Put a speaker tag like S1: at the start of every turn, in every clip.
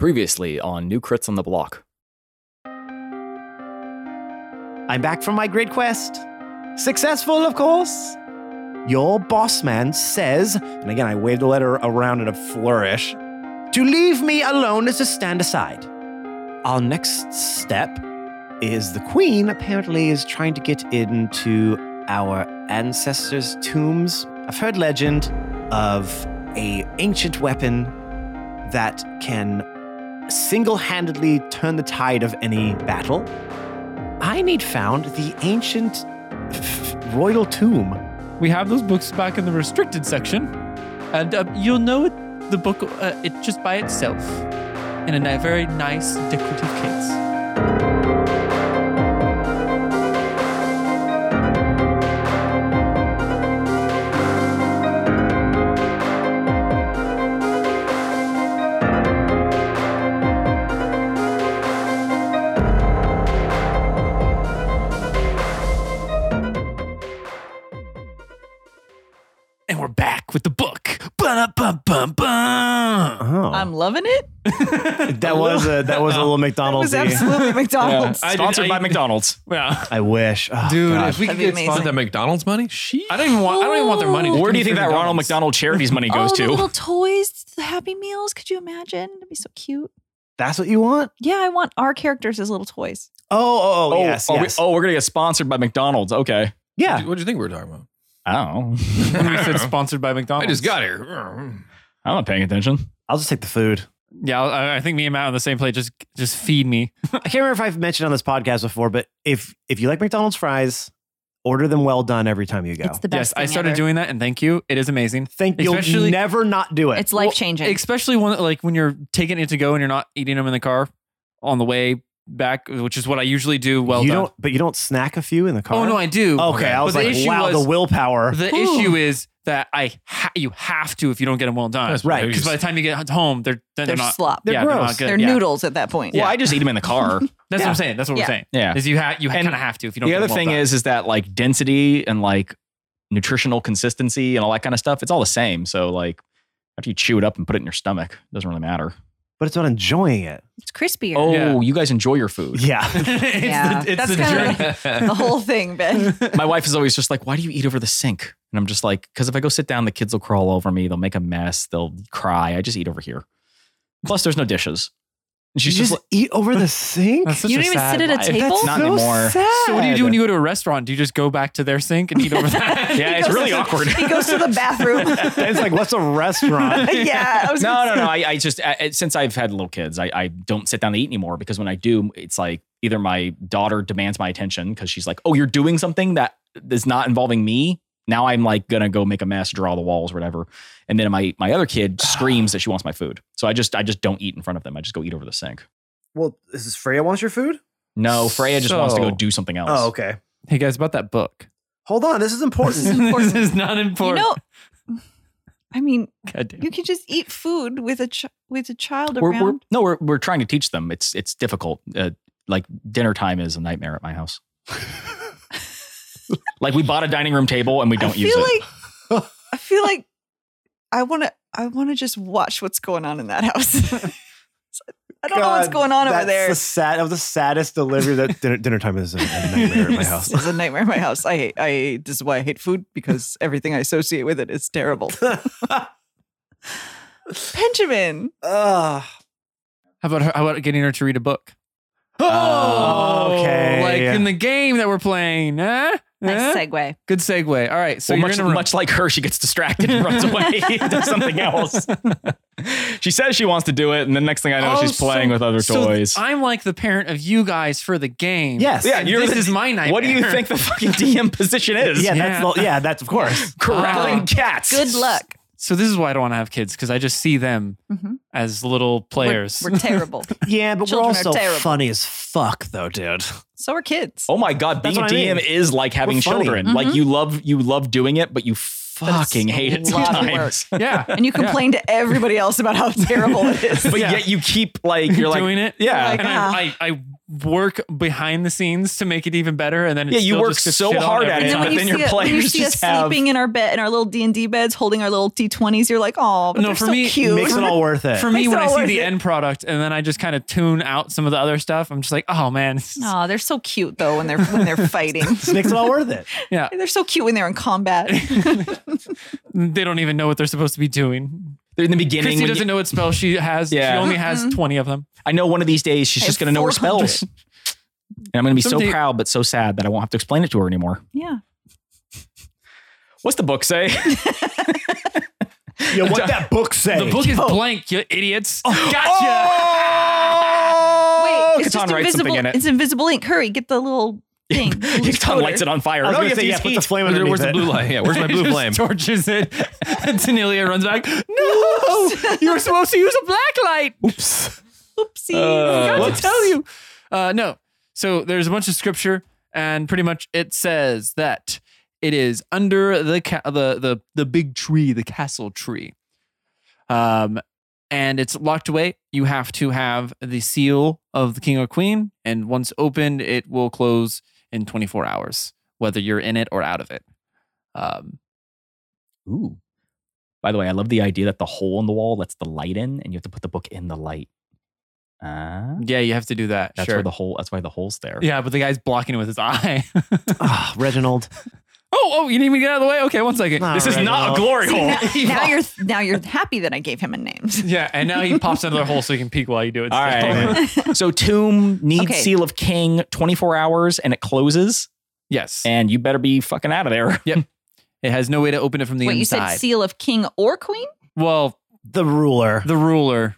S1: Previously on New Crits on the Block.
S2: I'm back from my great quest. Successful, of course. Your boss man says, and again, I waved the letter around in a flourish, to leave me alone is to stand aside. Our next step is the queen apparently is trying to get into our ancestors' tombs. I've heard legend of a ancient weapon that can single-handedly turn the tide of any battle. I need found the ancient royal tomb.
S3: We have those books back in the restricted section, and um, you'll know it, the book uh, it just by itself in a ni- very nice decorative case. And we're back with the book. Ba-da-bum-bum-bum.
S2: Oh,
S4: I'm loving it.
S2: that was a that was a little McDonald's.
S4: It's absolutely
S1: Uh,
S4: McDonald's.
S3: I did-
S1: Oh, Sponsored
S3: I-
S1: by McDonald's.
S3: Yeah.
S2: I wish, oh,
S5: Dude,
S2: God.
S5: if we could
S4: That'd
S5: get
S4: be
S5: sponsored
S4: amazing.
S5: that McDonald's money, she
S3: I don't even want. I don't even want their money. Just
S1: Where
S3: give
S1: do
S3: me
S1: you think
S3: free
S1: that Ronald
S3: McDonald's.
S1: McDonald Charities money goes
S4: oh, the
S1: to?
S4: little toys, the Happy Meals. Could you imagine? That'd be so cute.
S2: that's what you want.
S4: Yeah, I want our characters as little toys.
S2: Oh, oh, oh, yes,
S1: are we-
S2: yes.
S1: oh, we're gonna get sponsored by McDonald's. Okay.
S2: yeah.
S5: What do you think we were talking about?
S1: Oh,
S3: we said sponsored by
S5: I
S3: McDonald's.
S5: just got here.
S1: I'm not paying attention.
S2: I'll just take the food.
S3: Yeah, I, I think me and Matt on the same plate. Just, just feed me.
S2: I can't remember if I've mentioned on this podcast before, but if if you like McDonald's fries, order them well done every time you go.
S4: It's the
S3: Yes,
S4: best.
S3: I
S4: thing
S3: started
S4: ever.
S3: doing that, and thank you. It is amazing.
S2: Think you'll
S3: especially-
S2: never not do it.
S4: It's life changing.
S3: Especially when, like, when you're taking it to go and you're not eating them in the car on the way back, which is what I usually do. Well
S2: you
S3: done.
S2: don't, but you don't snack a few in the car.
S3: Oh no, I do.
S2: Okay, I
S3: But
S2: was
S3: the
S2: like,
S3: issue
S2: wow,
S3: was-
S2: the willpower.
S3: The issue is that I ha- you have to if you don't get them well done.
S5: That's
S2: Right,
S3: Because by the time you get home, they're they're,
S4: they're
S3: not.
S4: slop.
S2: They're
S3: yeah, they're
S2: gross.
S3: not good.
S4: They're
S3: yeah.
S4: noodles at that point.
S1: Well, I just eat them in the car.
S3: That's what
S2: Yeah.
S3: I'm saying. That's what
S4: Yeah.
S3: we're saying.
S1: yeah.
S3: Is you ha- you
S1: And
S3: kind of have to if you don't.
S1: The
S3: get
S1: other
S3: them well
S1: thing
S3: done.
S1: is, is that like density and like nutritional consistency and all that kind of stuff. It's all the same. So like after you chew it up and put it in your stomach, it doesn't really matter.
S2: but it's not enjoying it.
S4: It's crispier.
S1: Oh,
S3: Yeah.
S1: you guys enjoy your food.
S2: Yeah.
S3: it's
S4: Yeah.
S3: the, it's
S4: That's
S3: the
S4: kinda
S3: journey.
S4: The whole thing, Ben.
S1: My wife is always just like, "Why do you eat over the sink?" And I'm just like, "Because if I go sit down, the kids will crawl over me. They'll make a mess. They'll cry. I just eat over here. Plus, there's no dishes." And
S2: you
S1: she's
S2: just
S1: just, like,
S2: eat over the sink.
S3: That's such
S4: You
S3: a
S4: don't even
S3: sad
S4: sit at a
S3: life.
S4: table?
S2: That's
S1: Not
S2: so
S1: anymore.
S2: sad.
S3: So what do you do when you go to a restaurant? Do you just go back to their sink and eat over that?
S1: "Yeah,
S4: He
S1: it's
S4: goes
S1: really
S4: to the-
S1: awkward."
S4: He goes to the bathroom.
S2: it's like, what's a restaurant?
S4: yeah. I was
S1: no,
S4: gonna
S1: no,
S4: say-
S1: no. I, I just I, I- since I've had little kids, I, I don't sit down to eat anymore because when I do, it's like either my daughter demands my attention because she's like, "Oh, you're doing something that is not involving me." Now I'm like gonna go make a mess, draw the walls, whatever. And then my my other kid screams that she wants my food, so I just I just don't eat in front of them. I just go eat over the sink.
S2: Well, is this Freya wants your food?
S1: No, Freya just wants to go
S3: So-
S1: do something else.
S2: Oh, okay.
S3: Hey guys, about that book.
S2: Hold on, this is important. Oh
S3: this is not
S4: You
S3: important.
S4: know, I mean,
S3: God damn.
S4: you can just eat food with a ch- with a child
S1: Uh, We're,
S4: around.
S1: we're no, we're we're trying to teach them. It's it's difficult. Uh, like dinner time is a nightmare at my house. like we bought a dining room table and we don't
S4: I
S1: use
S4: feel
S1: it.
S4: like I feel like I want to I want to just watch what's going on in that house. I don't know what's
S2: God,
S4: going on over
S2: that's
S4: there.
S2: The sad, that was the saddest delivery that dinner, dinner time is a, a nightmare at my house.
S4: It's a nightmare in my house. I hate. I this is why I hate food because everything I associate with it is terrible. Benjamin,
S2: Ugh.
S3: How about her, how about getting her to read a book?
S2: Oh, okay.
S3: Like in the game that we're playing. Huh? Huh?
S4: segue.
S3: Good segue. All right. So
S1: well,
S3: you're
S1: much,
S3: in a room.
S1: much like her, she gets distracted and runs away and does something else. she says she wants to do it, and the next thing I know,
S3: Oh,
S1: she's playing
S3: so-
S1: with other
S3: so
S1: toys.
S3: I'm like the parent of you guys for the game.
S2: Yes.
S1: Yeah,
S3: And
S1: you're
S3: this
S1: the-
S3: is my nightmare.
S1: what do you think the fucking DM position is?
S2: yeah,
S3: yeah.
S2: that's the, yeah, that's of course.
S1: Corralling
S3: Oh.
S1: cats.
S4: Good luck.
S3: So this is why I don't want to have kids because I just see them
S4: Mhm.
S3: as little players.
S4: We're, we're terrible.
S2: Yeah, but we're
S4: Children are
S2: also
S4: terrible.
S2: funny as fuck, though, dude.
S4: so are kids.
S1: Oh my god, being a
S2: That's what I
S1: DM
S2: mean.
S1: is like having
S2: We're funny.
S1: children. Like you love you love doing it, but you fucking
S4: a
S1: hate it
S4: lot of
S1: sometimes.
S3: yeah.
S4: And you complain to everybody else about how terrible it is.
S1: But
S3: Yeah.
S1: yet you keep like you're like
S3: doing it.
S1: Yeah.
S4: Like,
S3: and
S4: ah.
S3: I, I, I work behind the scenes to make it even better, and then it
S1: Yeah, you
S3: still
S1: work
S3: just gets
S1: so
S3: shit on
S1: hard
S3: every
S1: at it,
S4: And then
S3: time.
S1: but
S4: when you,
S1: then
S4: see
S1: your
S4: it- when you
S1: players
S4: see us
S1: just have-
S4: sleeping in our bed in our little D and D beds, holding our little D twenties, you're like, oh, but
S3: No,
S4: they're
S3: for
S4: so
S3: me, it
S4: cute.
S2: Makes it all worth it.
S3: For me,
S4: Makes
S3: when
S4: it
S3: I
S4: all
S3: see
S4: worth
S3: the
S4: it.
S3: end product and then I just kind of tune out some of the other stuff, I'm just like, oh man, this is-
S4: Aw, they're so cute though when they're when they're fighting.
S2: It makes it all worth it.
S3: yeah,
S4: they're so cute when they're in combat.
S3: they don't even know what they're supposed to be doing.
S1: They're in the beginning.
S3: Christy
S1: when you-
S3: doesn't know what spell she has.
S1: Yeah.
S3: She only has
S4: Mm-hmm.
S3: 20 of them.
S1: I know one of these days she's
S4: I
S1: just
S4: have
S1: going to know her spells.
S4: 400.
S1: And I'm going to be
S3: Someday-
S1: so proud, but so sad that I won't have to explain it to her anymore.
S4: yeah.
S1: What's the book say?
S2: Yeah, what that book say?
S3: The book is blank, you idiots. gotcha.
S1: Oh!
S4: Wait,
S1: Catan
S4: it's just
S1: writes
S4: invisible.
S1: something in it.
S4: It's invisible ink. Hurry, get the little thing.
S1: Catan lights it on fire.
S2: I was
S1: No,
S2: gonna
S1: you have
S2: say,
S1: to
S2: yeah,
S1: use
S2: put the
S1: heat.
S2: flame
S5: Where's, the- where's the
S2: underneath
S5: blue light? Yeah, where's my
S3: He
S5: blue
S3: just
S5: flame?
S3: torches it. and Tenelia runs back. No, you were supposed to use a black light.
S5: Oops.
S4: Oopsie.
S1: Uh,
S3: forgot
S1: Whoops.
S3: to tell you. Uh, no. So there's a bunch of scripture, and pretty much it says that it is under the ca- the the the big tree, the castle tree, um, and it's locked away. You have to have the seal of the king or queen, and once opened, it will close in 24 hours, whether you're in it or out of it. Um,
S1: Ooh. By the way, I love the idea that the hole in the wall lets the light in, and you have to put the book in the light. Ah,
S3: yeah, you have to do that.
S1: that's
S3: sure.
S1: where the hole. That's why the hole's there.
S3: yeah, but the guy's blocking it with his eye.
S2: Ah, Reginald.
S3: Oh, oh, you need me to get out of the way? Okay, one second.
S2: Nah,
S1: This is
S2: Alright,
S1: not
S2: well.
S1: a glory
S4: See,
S1: hole.
S4: now, now you're now you're happy that I gave him a name.
S3: Yeah, and now he pops another hole so he can peek while you do it.
S1: All
S3: Oh.
S1: right. so tomb needs
S4: Okay.
S1: seal of king 24 hours and it closes
S3: Yes.
S1: and you better be fucking out of there.
S3: it has no way to open it from the
S4: Wait, you said
S3: inside.
S4: seal of king or queen?
S3: well,
S2: The ruler.
S3: the ruler.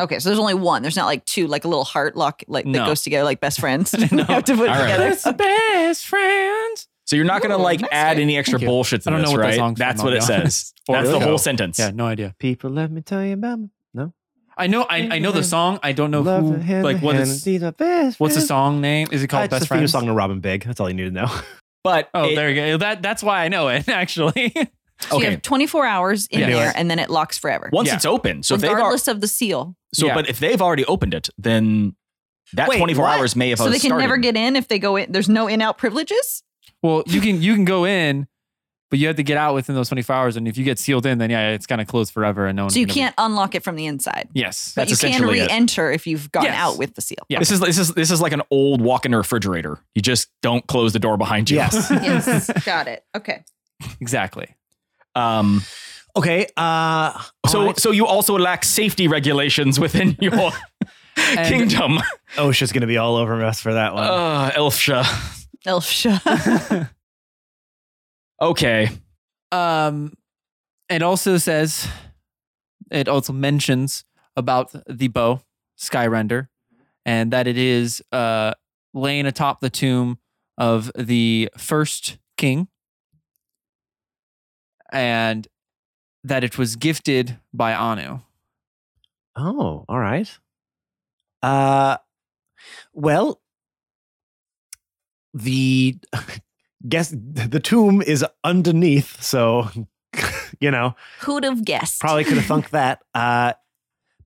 S4: Okay, so there's only one. There's not like two, like a little heart lock, like
S3: No.
S4: that goes together, like best friends. You
S3: No.
S4: have to put it
S1: All right.
S4: together.
S3: That's the best friend.
S1: So you're not going to
S4: Ooh,
S1: like
S4: nice
S1: add
S4: one.
S1: any extra
S3: Thank you.
S1: bullshit to
S3: I don't know
S1: this,
S3: what that
S1: right?
S3: song's from,
S1: That's
S3: I'll
S1: what
S3: be
S1: it says.
S3: honest. Or
S1: That's the
S3: Coco.
S1: whole sentence.
S3: Yeah, no idea.
S2: People, let me tell you about me. No,
S3: I know. I, I know the song. I don't know
S2: love
S3: who.
S2: hand
S3: like
S2: in
S3: what
S2: hand,
S3: is
S2: these are best
S3: what's the
S2: friends.
S3: song name? Is
S2: Ah,
S3: it called
S2: it's
S3: Best
S2: the theme
S3: Friends?
S2: song to Robin Big. That's all you need to know.
S1: But
S3: Oh,
S1: it-
S3: there you go. That that's why I know it actually.
S4: So you
S1: okay.
S4: have 24 hours in
S3: Yeah.
S4: there, and then it locks forever.
S1: Once
S3: Yeah.
S1: it's open, so if they've already,
S4: regardless of the seal.
S1: so
S3: Yeah.
S1: but if they've already opened it, then that
S2: Wait,
S1: 24
S2: what?
S1: hours may have
S4: So they can
S1: started.
S4: never get in if they go in. There's no in out privileges.
S3: well, you can you can go in, but you have to get out within those twenty four hours. And if you get sealed in, then yeah, it's gonna close forever, and no one.
S4: So you can't unlock it from the inside.
S3: yes.
S1: That's
S4: but you can
S1: essentially it.
S4: re enter if you've gotten
S3: Yes.
S4: out with the seal.
S3: Yeah.
S1: This is this is this is like an old walk-in refrigerator. You just don't close the door behind you.
S2: Yes.
S4: Yes, got it. Okay.
S3: Exactly.
S1: Um.
S2: okay. Uh,
S1: So
S2: all right.
S1: so you also lack safety regulations within your
S3: And-
S1: kingdom.
S2: OSHA's gonna be all over us for that one.
S1: Uh, Elfsha.
S4: Elfsha.
S1: Okay.
S3: Um, it also says, it also mentions about the bow, Skyrender, and that it is uh, laying atop the tomb of the first king, and that it was gifted by Anu.
S2: Oh, all right. Uh, well, the guess the tomb is underneath, so you know
S4: Who'd have guessed?
S2: probably could have thunk that. Uh,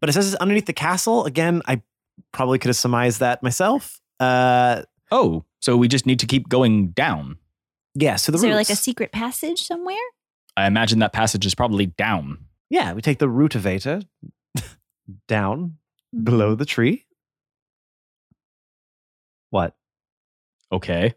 S2: but it says it's underneath the castle again. I probably could have surmised that myself. Uh,
S1: Oh, so we just need to keep going down.
S2: yeah. So the
S4: Is there like a
S2: roots.
S4: secret passage somewhere?
S1: I imagine that passage is probably down.
S2: yeah, we take the root of Eta down below
S4: Mm-hmm.
S2: the tree. What?
S1: Okay.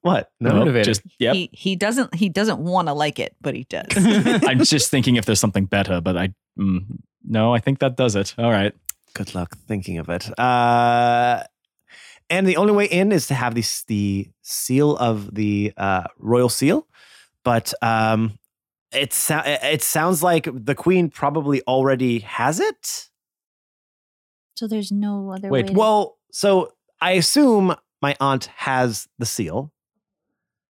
S2: What? No.
S1: Nope,
S3: Motivator.
S1: Just yep.
S4: He he doesn't he doesn't want to like it, but he does.
S1: I'm just thinking if there's something better, but I mm, no, I think that does it. All right.
S2: good luck thinking of it. Uh, and the only way in is to have this the seal of the uh, royal seal, but um, it so- it sounds like the queen probably already has it.
S4: so there's no other
S1: Wait,
S4: way. to-
S2: Well, so I assume my aunt has the seal.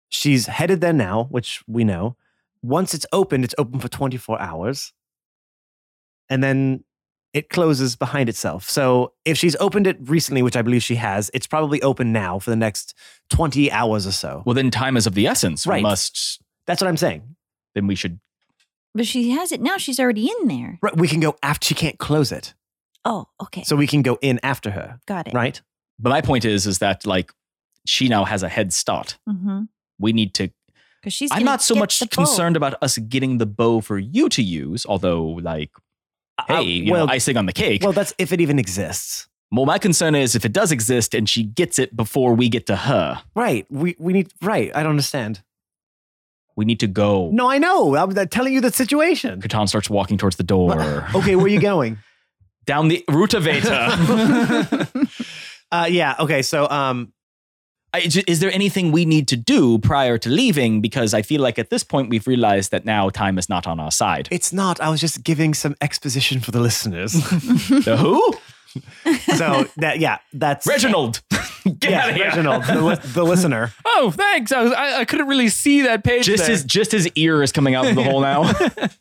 S2: She's headed there now, which we know. Once it's opened, it's open for 24 hours. And then it closes behind itself. So if she's opened it recently, which I believe she has, it's probably open now for the next 20 hours or so.
S1: Well, then time is of the essence. We
S2: Right.
S1: must
S2: That's what I'm saying.
S1: then we should.
S4: but she has it now. She's already in there.
S2: Right, we can go after she can't close it.
S4: Oh, okay.
S2: So we can go in after her,
S4: got it.
S2: right?
S1: But my point is, is that like she now has a head start.
S4: Mhm.
S1: We need to.
S6: Because she's.
S1: I'm
S6: gonna
S1: not so
S6: get
S1: much
S6: the bow.
S1: concerned about us getting the bow for you to use, although like, hey,
S2: Uh,
S1: you
S2: well-
S1: know, icing on the cake.
S2: Well, that's if it even exists.
S1: Well, my concern is if it does exist and she gets it before we get to her,
S2: Right. We we need right. I don't understand.
S1: we need to go.
S2: No, I know. I'm uh, telling you the situation.
S1: Catan starts walking towards the door.
S2: Okay, where are you going?
S1: Down the route of Veta.
S2: uh, yeah. Okay. So um,
S1: I- j- is there anything we need to do prior to leaving? Because I feel like at this point we've realized that now time is not on our side.
S2: it's not. I was just giving some exposition for the listeners.
S1: the who?
S2: so that yeah, that's
S1: Reginald. Get
S2: yeah,
S1: out of here.
S2: Reginald, the, li- the listener.
S3: oh, thanks. I, was, I I couldn't really see that page.
S1: Just
S3: there.
S1: his just his ear is coming out of the hole now.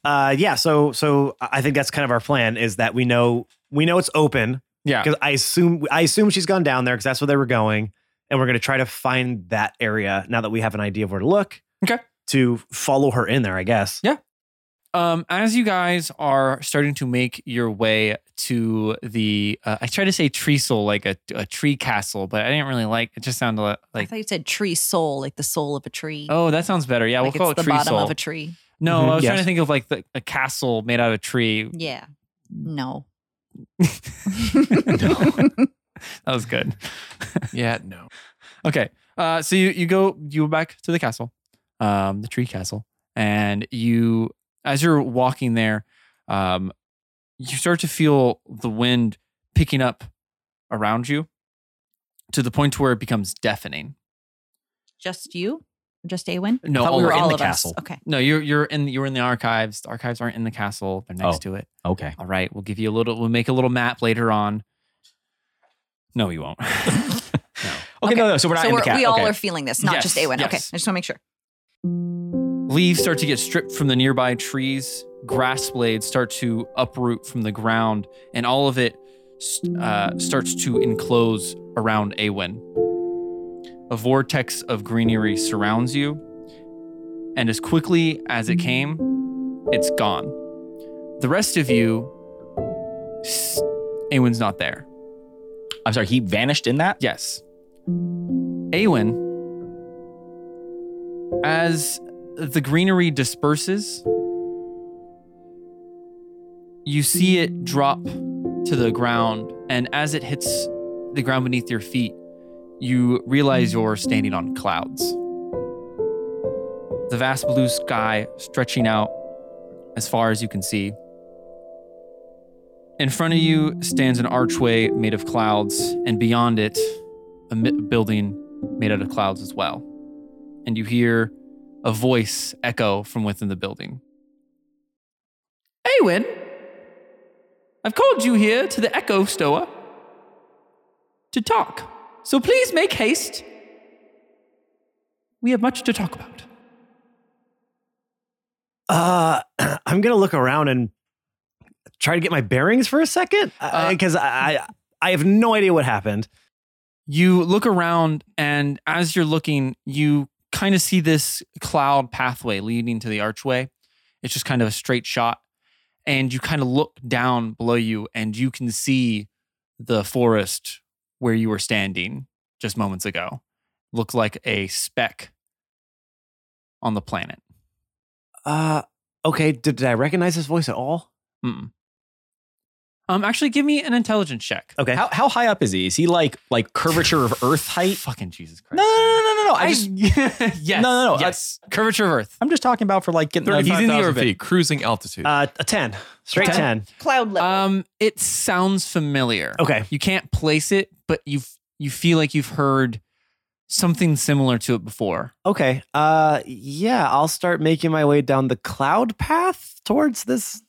S2: Uh, yeah. So so I think that's kind of our plan is that we know we know it's open
S3: yeah.
S2: because I assume I assume she's gone down there because that's where they were going, and we're gonna try to find that area now that we have an idea of where to look.
S3: Okay.
S2: To follow her in there, I guess.
S3: Um, as you guys are starting to make your way to the, uh, I try to say treesel like a, a tree castle, but I didn't really like. It just sounded li-
S6: I
S3: like,
S6: thought you said tree soul, like the soul of a tree.
S3: oh, that sounds better. Yeah,
S6: like
S3: we'll call
S6: it's
S3: it
S6: the bottom
S3: treesel.
S6: of a tree.
S3: no, I
S2: Mhm,
S3: was
S2: yes.
S3: trying to think of like the, a castle made out of a tree.
S6: Yeah. No.
S3: That was good.
S5: Yeah, no.
S3: Okay. Uh, so you you go you go back to the castle, um, the tree castle, and you as you're walking there, um, you start to feel the wind picking up around you to the point to where it becomes deafening.
S6: Just you? Just Awen?
S3: No,
S1: Thought
S3: all
S1: we were
S3: of-
S1: in
S6: all
S1: the
S6: of
S1: castle.
S6: us. Okay.
S3: no, you're you're in you're in the archives. The archives aren't in the castle; they're next
S1: Oh.
S3: to it.
S1: okay.
S3: All right, we'll give you a little. We'll make a little map later on. No, you won't. no.
S1: Okay, no, no. So we're not
S6: so
S1: in the
S6: we're,
S1: cat.
S6: we all
S1: okay.
S6: are feeling this, not
S3: Yes,
S6: just Awen. Okay. I
S3: yes.
S6: just want to make sure.
S3: Leaves start to get stripped from the nearby trees. Grass blades start to uproot from the ground, and all of it uh, starts to enclose around Awen. A vortex of greenery surrounds you, and as quickly as it came, it's gone. The rest of you, s- Awen's not there.
S1: I'm sorry, he vanished in that?
S3: Yes. Awen, as the greenery disperses, you see it drop to the ground, and as it hits the ground beneath your feet, you realize you're standing on clouds. The vast blue sky stretching out as far as you can see. In front of you stands an archway made of clouds, and beyond it, a mi- building made out of clouds as well. And you hear a voice echo from within the building. Awen, I've called you here to the Echo Stoa to talk. So please make haste. We have much to talk about.
S2: Uh, I'm gonna look around and try to get my bearings for a second
S3: Uh,
S2: because I, I I have no idea what happened.
S3: you look around and as you're looking you kind of see this cloud pathway leading to the archway it's just kind of a straight shot and you kind of look down below you and you can see the forest where you were standing just moments ago look like a speck on the planet
S2: Uh, okay. Did, did I recognize this voice at all?
S3: Mm. um actually give me an intelligence check
S2: Okay.
S1: How, how high up is he? Is he like like curvature of Earth height?
S3: fucking jesus christ
S1: No, no, no, no, no, no. I,
S3: I
S1: just
S3: yes
S1: No, no, no.
S3: yes curvature of earth
S1: I'm just talking about for like getting
S3: He's in the
S5: 35,000
S3: orbit.
S5: feet, cruising altitude.
S2: uh, a ten, straight
S3: Okay.
S2: ten.
S4: Cloud level.
S3: Um, it sounds familiar.
S2: Okay.
S3: You can't place it, but you you feel like you've heard something similar to it before.
S2: Okay. Uh, yeah. I'll start making my way down the cloud path towards this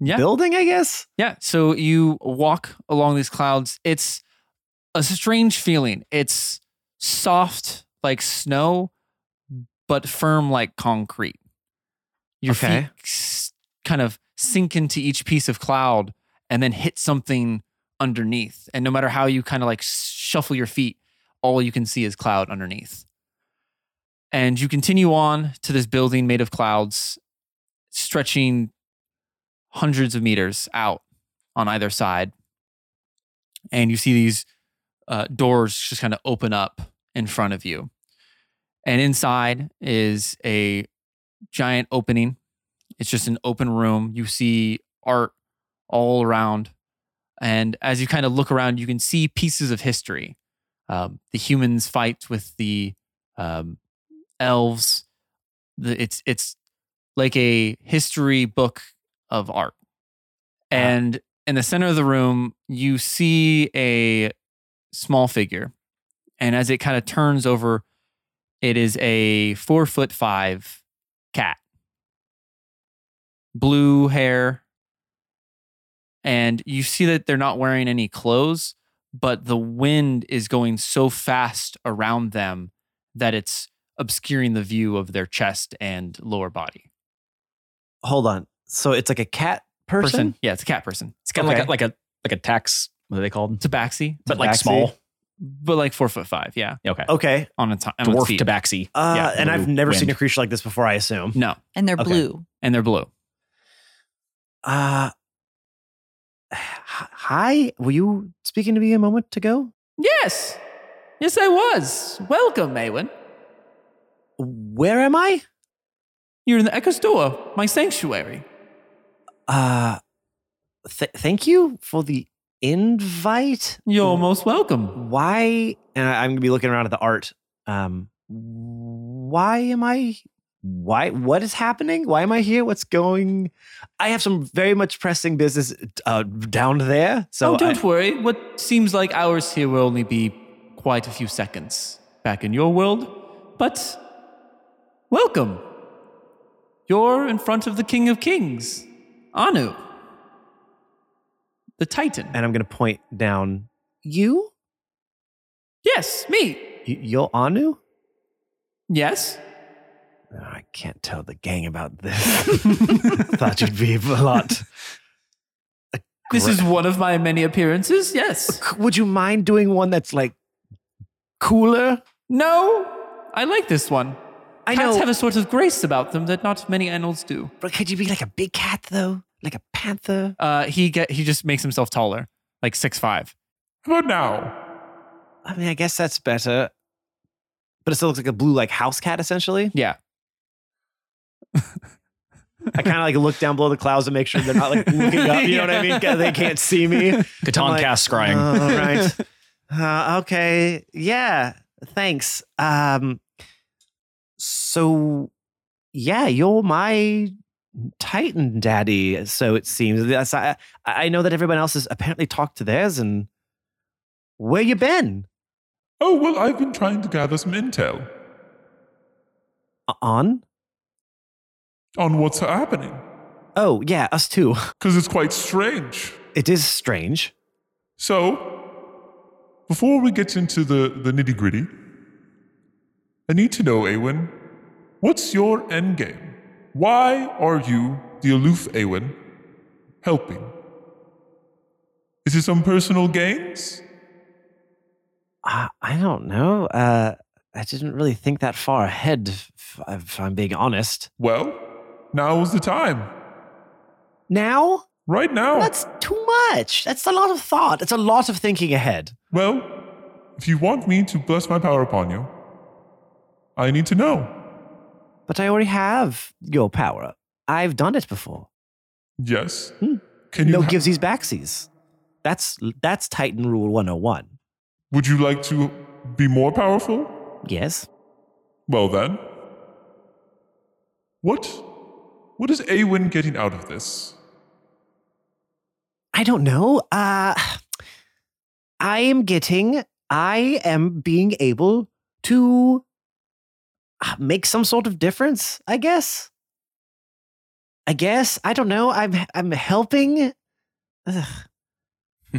S3: Yeah.
S2: building. I guess.
S3: Yeah. So you walk along these clouds. It's a strange feeling. It's soft like snow, but firm like concrete. Your
S2: Okay.
S3: feet s- kind of sink into each piece of cloud and then hit something underneath. And no matter how you kind of like shuffle your feet, all you can see is cloud underneath. And you continue on to this building made of clouds, stretching hundreds of meters out on either side. And you see these uh, doors just kind of open up in front of you. And inside is a giant opening. It's just an open room. You see art all around. And as you kind of look around, you can see pieces of history. Um, the humans fight with the um, elves. The, it's it's like a history book of art. And in the center of the room, you see a small figure. And as it kind of turns over, it is a four foot five cat. Blue hair. And you see that they're not wearing any clothes, but the wind is going so fast around them that it's obscuring the view of their chest and lower body.
S2: Hold on. So it's like a cat person?
S3: Yeah, it's a cat person.
S1: It's kind of
S2: Okay.
S1: like a like a like a tax. What are they called?
S3: Tabaxi,
S1: But like
S2: Tabaxi.
S1: small.
S3: but like four foot five. Yeah.
S1: Yeah, Okay.
S2: Okay.
S3: On a t- on its
S1: Dwarf
S3: feet.
S1: tabaxi.
S2: Uh,
S1: Yeah,
S2: and I've
S1: blue
S2: never seen a
S1: wind.
S2: creature like this before, I assume.
S3: No.
S6: and they're
S2: Okay.
S6: blue.
S3: And they're blue.
S2: Uh, h- hi. Were you speaking to me a moment ago?
S3: Yes. Yes, I was. Welcome, Maywin.
S2: Where am I?
S3: You're in the Echo Store, my sanctuary.
S2: Uh, th- thank you for the invite.
S3: You're most welcome.
S2: Why? And I, I'm gonna be looking around at the art. Um, why am I? Why? What is happening? Why am I here? What's going? I have some very much pressing business uh, down there. So
S3: oh, don't
S2: I-
S3: worry. What seems like hours here will only be quite a few seconds back in your world. But welcome. You're in front of the King of Kings, Anu, the Titan.
S2: and I'm gonna point down. You?
S3: yes, me.
S2: Y- You're Anu?
S3: Yes.
S2: Oh, I can't tell the gang about this. Thought you'd be a lot.
S3: This is one of my many appearances. Yes.
S2: Would you mind doing one that's like cooler?
S3: No, I like this one.
S2: I
S3: Cats
S2: know,
S3: have a sort of grace about them that not many animals do.
S2: but could you be like a big cat though, like a panther?
S3: Uh, he get he just makes himself taller, like six five.
S5: How about now?
S2: I mean, I guess that's better. But it still looks like a blue like house cat essentially.
S3: Yeah.
S2: I kind of like look down below the clouds to make sure they're not like looking up. You know what I mean? 'Cause They can't see me.
S1: Catan
S2: I'm like,
S1: cast scrying.
S2: All right. Uh, okay. Yeah. Thanks. Um. So, yeah, you're my Titan daddy. So it seems. That's, I I know that everyone else has apparently talked to theirs. And where you been?
S5: Oh, well, I've been trying to gather some intel
S2: O- On?
S5: on what's happening
S2: Oh yeah, us too.
S5: because it's quite strange.
S2: It is strange.
S5: So, before we get into the, the nitty gritty, I need to know, Awen, what's your endgame? Why are you the aloof Awen helping? Is it some personal gains?
S2: Uh, I don't know. Uh, I didn't really think that far ahead. If, if I'm being honest.
S5: Well, now is the time.
S2: Now.
S5: Right now.
S2: That's too much. That's a lot of thought. It's a lot of thinking ahead.
S5: Well, if you want me to bless my power upon you, I need to know.
S2: But I already have your power. I've done it before.
S5: Yes.
S2: Hmm.
S5: Can you
S2: no
S5: ha-
S2: givesies backsies. That's that's Titan Rule 101.
S5: would you like to be more powerful?
S2: Yes.
S5: Well then. What what is Awen getting out of this?
S2: I don't know. Uh I am getting I am being able to uh, make some sort of difference, I guess. I guess I don't know. I'm I'm helping Ugh.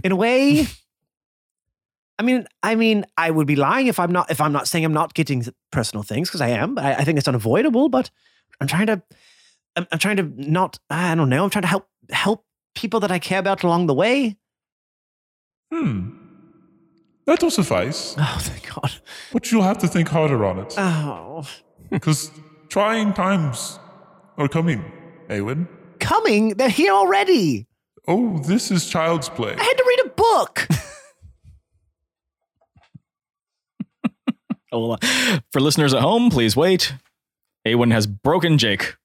S2: in a way I mean, I mean, I would be lying if I'm not if I'm not saying I'm not getting personal things because I am. I, I think it's unavoidable, but I'm trying to, I'm, I'm trying to not. I don't know. I'm trying to help help people that I care about along the way.
S5: Hmm. That'll suffice.
S2: Oh, thank God.
S5: But you'll have to think harder on it.
S2: Oh,
S5: Because trying times are coming, Awen.
S2: coming. They're here already.
S5: Oh, this is child's play.
S2: I had to read a book.
S1: Well, uh, For listeners at home, please wait. Awen has broken Jake.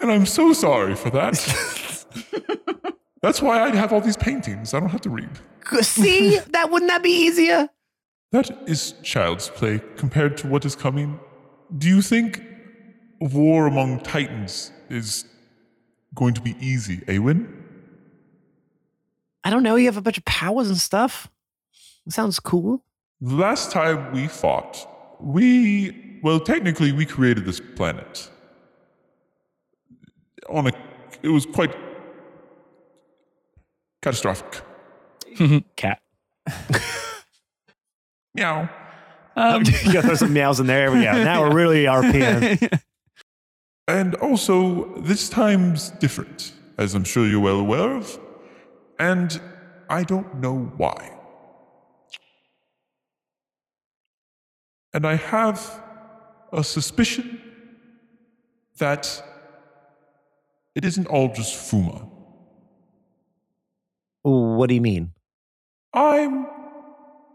S5: And I'm so sorry for that. That's why I have all these paintings. I don't have to read.
S2: See, that wouldn't that be easier?
S5: That is child's play compared to what is coming. Do you think war among titans is going to be easy, Awen?
S2: I don't know. You have a bunch of powers and stuff. It sounds cool.
S5: The last time we fought, we, well, technically, we created this planet. On a, it was quite catastrophic.
S1: Cat.
S5: Meow.
S3: Um,
S2: you gotta throw some meows in there. There we go. Now we're really RPing.
S5: And also, this time's different, as I'm sure you're well aware of. And I don't know why. And I have a suspicion that it isn't all just Fuma.
S2: Ooh, what do you mean?
S5: I'm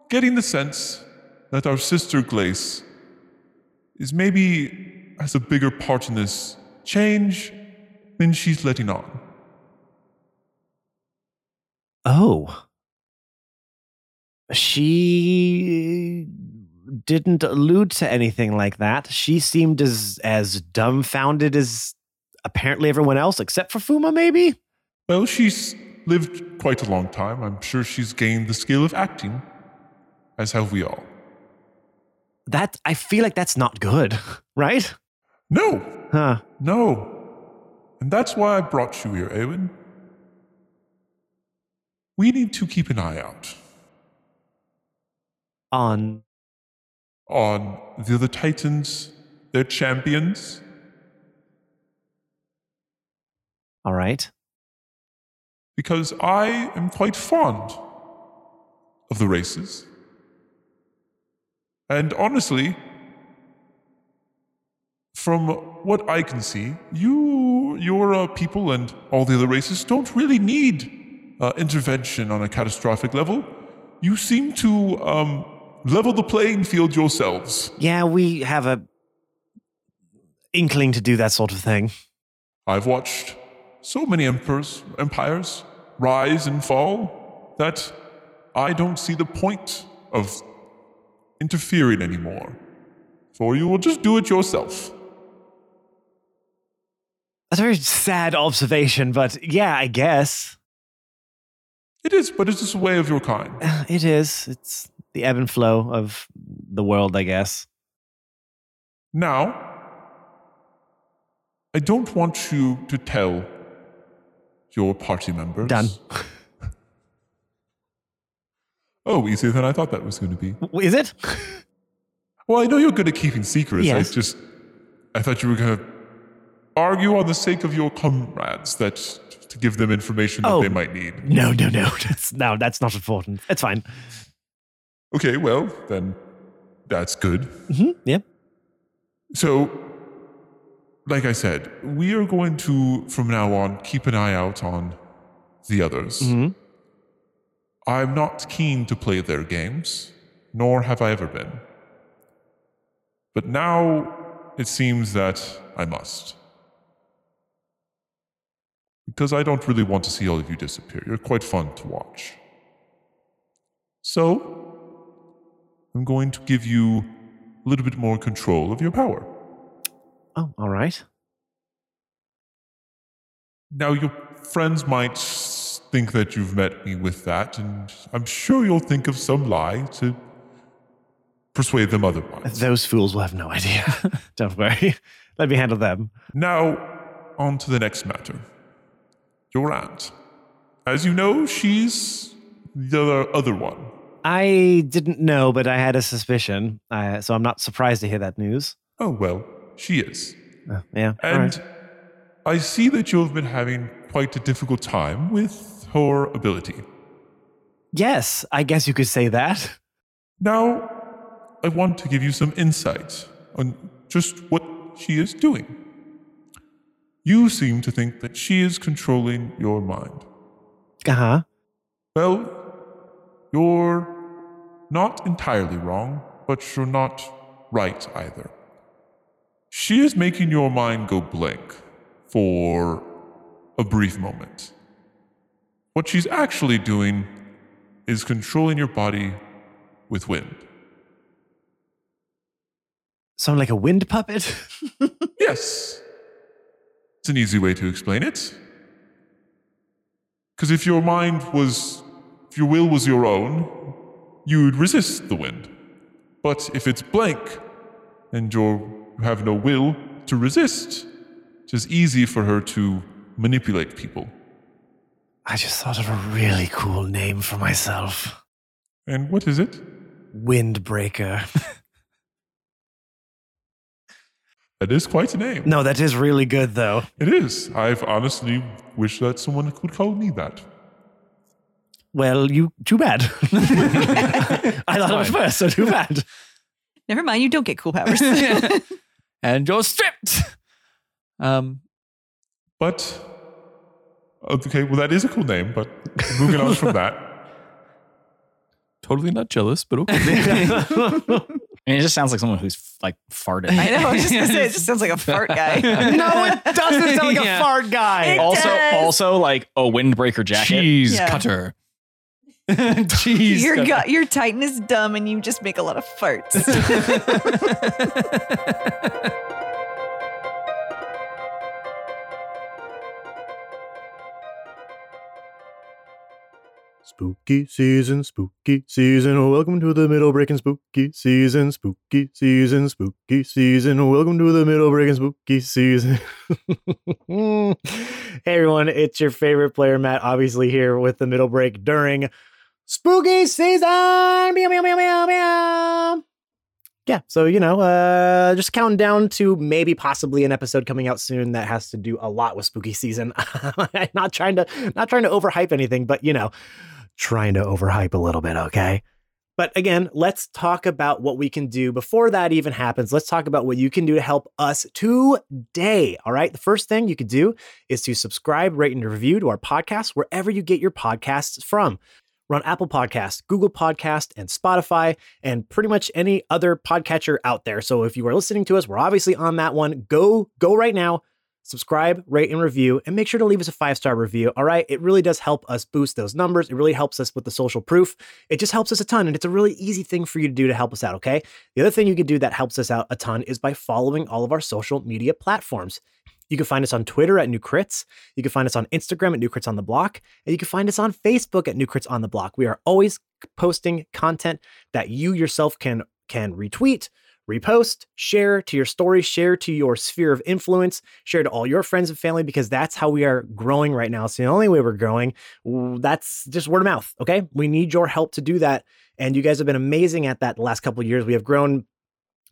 S5: getting the sense that our sister Glace is maybe has a bigger part in this change than she's letting on.
S2: Oh. She didn't allude to anything like that. She seemed as as dumbfounded as apparently everyone else except for Fuma maybe.
S5: Well, she's lived quite a long time. I'm sure she's gained the skill of acting, as have we all.
S2: That I feel like that's not good, right?
S5: No,
S2: Huh.
S5: no. And that's why I brought you here, Eowyn. We need to keep an eye out
S2: On
S5: on the other Titans, their champions,
S2: all right.
S5: because I am quite fond of the races. And honestly, from what I can see, you, your uh, people, and all the other races don't really need uh, intervention on a catastrophic level. You seem to um, level the playing field yourselves.
S2: Yeah, we have a inkling to do that sort of thing.
S5: I've watched so many emperors, empires rise and fall that I don't see the point of interfering anymore. For you will just do it yourself.
S2: That's a very sad observation, but yeah, I guess
S5: It is, but it's just a way of your kind.
S2: it is. It's the ebb and flow of the world, I guess.
S5: Now, I don't want you to tell your party members.
S2: Done.
S5: Oh, easier than I thought that was going to be.
S2: Is it?
S5: Well, I know you're good at keeping secrets.
S2: Yes.
S5: I just, I thought you were going to argue on the sake of your comrades that to give them information that
S2: Oh.
S5: they might need.
S2: No, no, no. That's no, that's not important. It's fine.
S5: Okay, well, then that's good.
S2: hmm Yeah.
S5: So, like I said, we are going to, from now on, keep an eye out on the others.
S2: Mhm.
S5: I'm not keen to play their games, nor have I ever been. But now it seems that I must. Because I don't really want to see all of you disappear. You're quite fun to watch. So, I'm going to give you a little bit more control of your power.
S2: Oh, all right.
S5: Now, your friends might think that you've met me with that, and I'm sure you'll think of some lie to persuade them otherwise.
S2: Those fools will have no idea. Don't worry. Let me handle them.
S5: Now, on to the next matter. Your aunt. As you know, she's the other- other one.
S2: I didn't know, but I had a suspicion, uh, so I'm not surprised to hear that news.
S5: Oh, well, she is.
S2: Uh, yeah. all
S5: And
S2: right.
S5: I see that you have been having quite a difficult time with her ability.
S2: yes, I guess you could say that.
S5: Now, I want to give you some insight on just what she is doing. You seem to think that she is controlling your mind.
S3: Uh-huh.
S2: Uh huh.
S5: Well, your Not entirely wrong, but you're not right either. She is making your mind go blank for a brief moment. What she's actually doing is controlling your body with wind.
S3: Sound like a wind puppet?
S5: Yes. It's an easy way to explain it. Because if your mind was, if your will was your own, you'd resist the wind. But if it's blank and you're, you have no will to resist, it is easy for her to manipulate people.
S3: I just thought of a really cool name for myself
S5: And what is it?
S3: Windbreaker.
S5: That is quite a name.
S3: No, that is really good, though.
S5: It is. I've honestly wished that someone could call me that.
S3: Well, you too bad. I thought it was first, so too bad.
S7: Never mind, you don't get cool powers.
S8: and you're stripped. Um,
S5: But okay, well that is a cool name, but moving on from that.
S9: Totally not jealous, but okay.
S1: I mean, it just sounds like someone who's like farted.
S4: I know. I was just gonna say, it just sounds like a fart guy.
S3: no, it doesn't sound like
S8: Yeah.
S3: a fart guy.
S4: It
S1: also,
S4: does.
S1: also like a windbreaker jacket.
S9: Cheese
S4: Yeah.
S9: cutter.
S8: jeez.
S4: your gut, your Titan is dumb, and you just make a lot of farts.
S2: Spooky season, spooky season. Welcome to the middle break and spooky season, spooky season, spooky season. Welcome to the middle break and spooky season. hey everyone, it's your favorite player, Matt, obviously here with the middle break during spooky season. Meow, meow, meow, meow, meow. Yeah, so you know, uh, just counting down to maybe possibly an episode coming out soon that has to do a lot with spooky season. not trying to not trying to overhype anything, but you know, trying to overhype a little bit, okay? But again, let's talk about what we can do before that even happens. Let's talk about what you can do to help us today. All right. The first thing you could do is to subscribe, rate, and review to our podcast wherever you get your podcasts from. We're on Apple Podcast, Google Podcast, and Spotify, and pretty much any other podcatcher out there. So if you are listening to us, we're obviously on that one. Go, go right now subscribe, rate, and review, and make sure to leave us a five star review. All right. It really does help us boost those numbers. It really helps us with the social proof. It just helps us a ton. And it's a really easy thing for you to do to help us out. Okay. The other thing you can do that helps us out a ton is by following all of our social media platforms. You can find us on Twitter at New Crits. You can find us on Instagram at New Crits on the Block. And you can find us on Facebook at New Crits on the Block. We are always posting content that you yourself can can retweet, repost, share to your story, share to your sphere of influence share to all your friends and family because that's how we are growing right now. It's the only way we're growing. W- That's just word of mouth. Okay. We need your help to do that. And you guys have been amazing at that the last couple of years. We have grown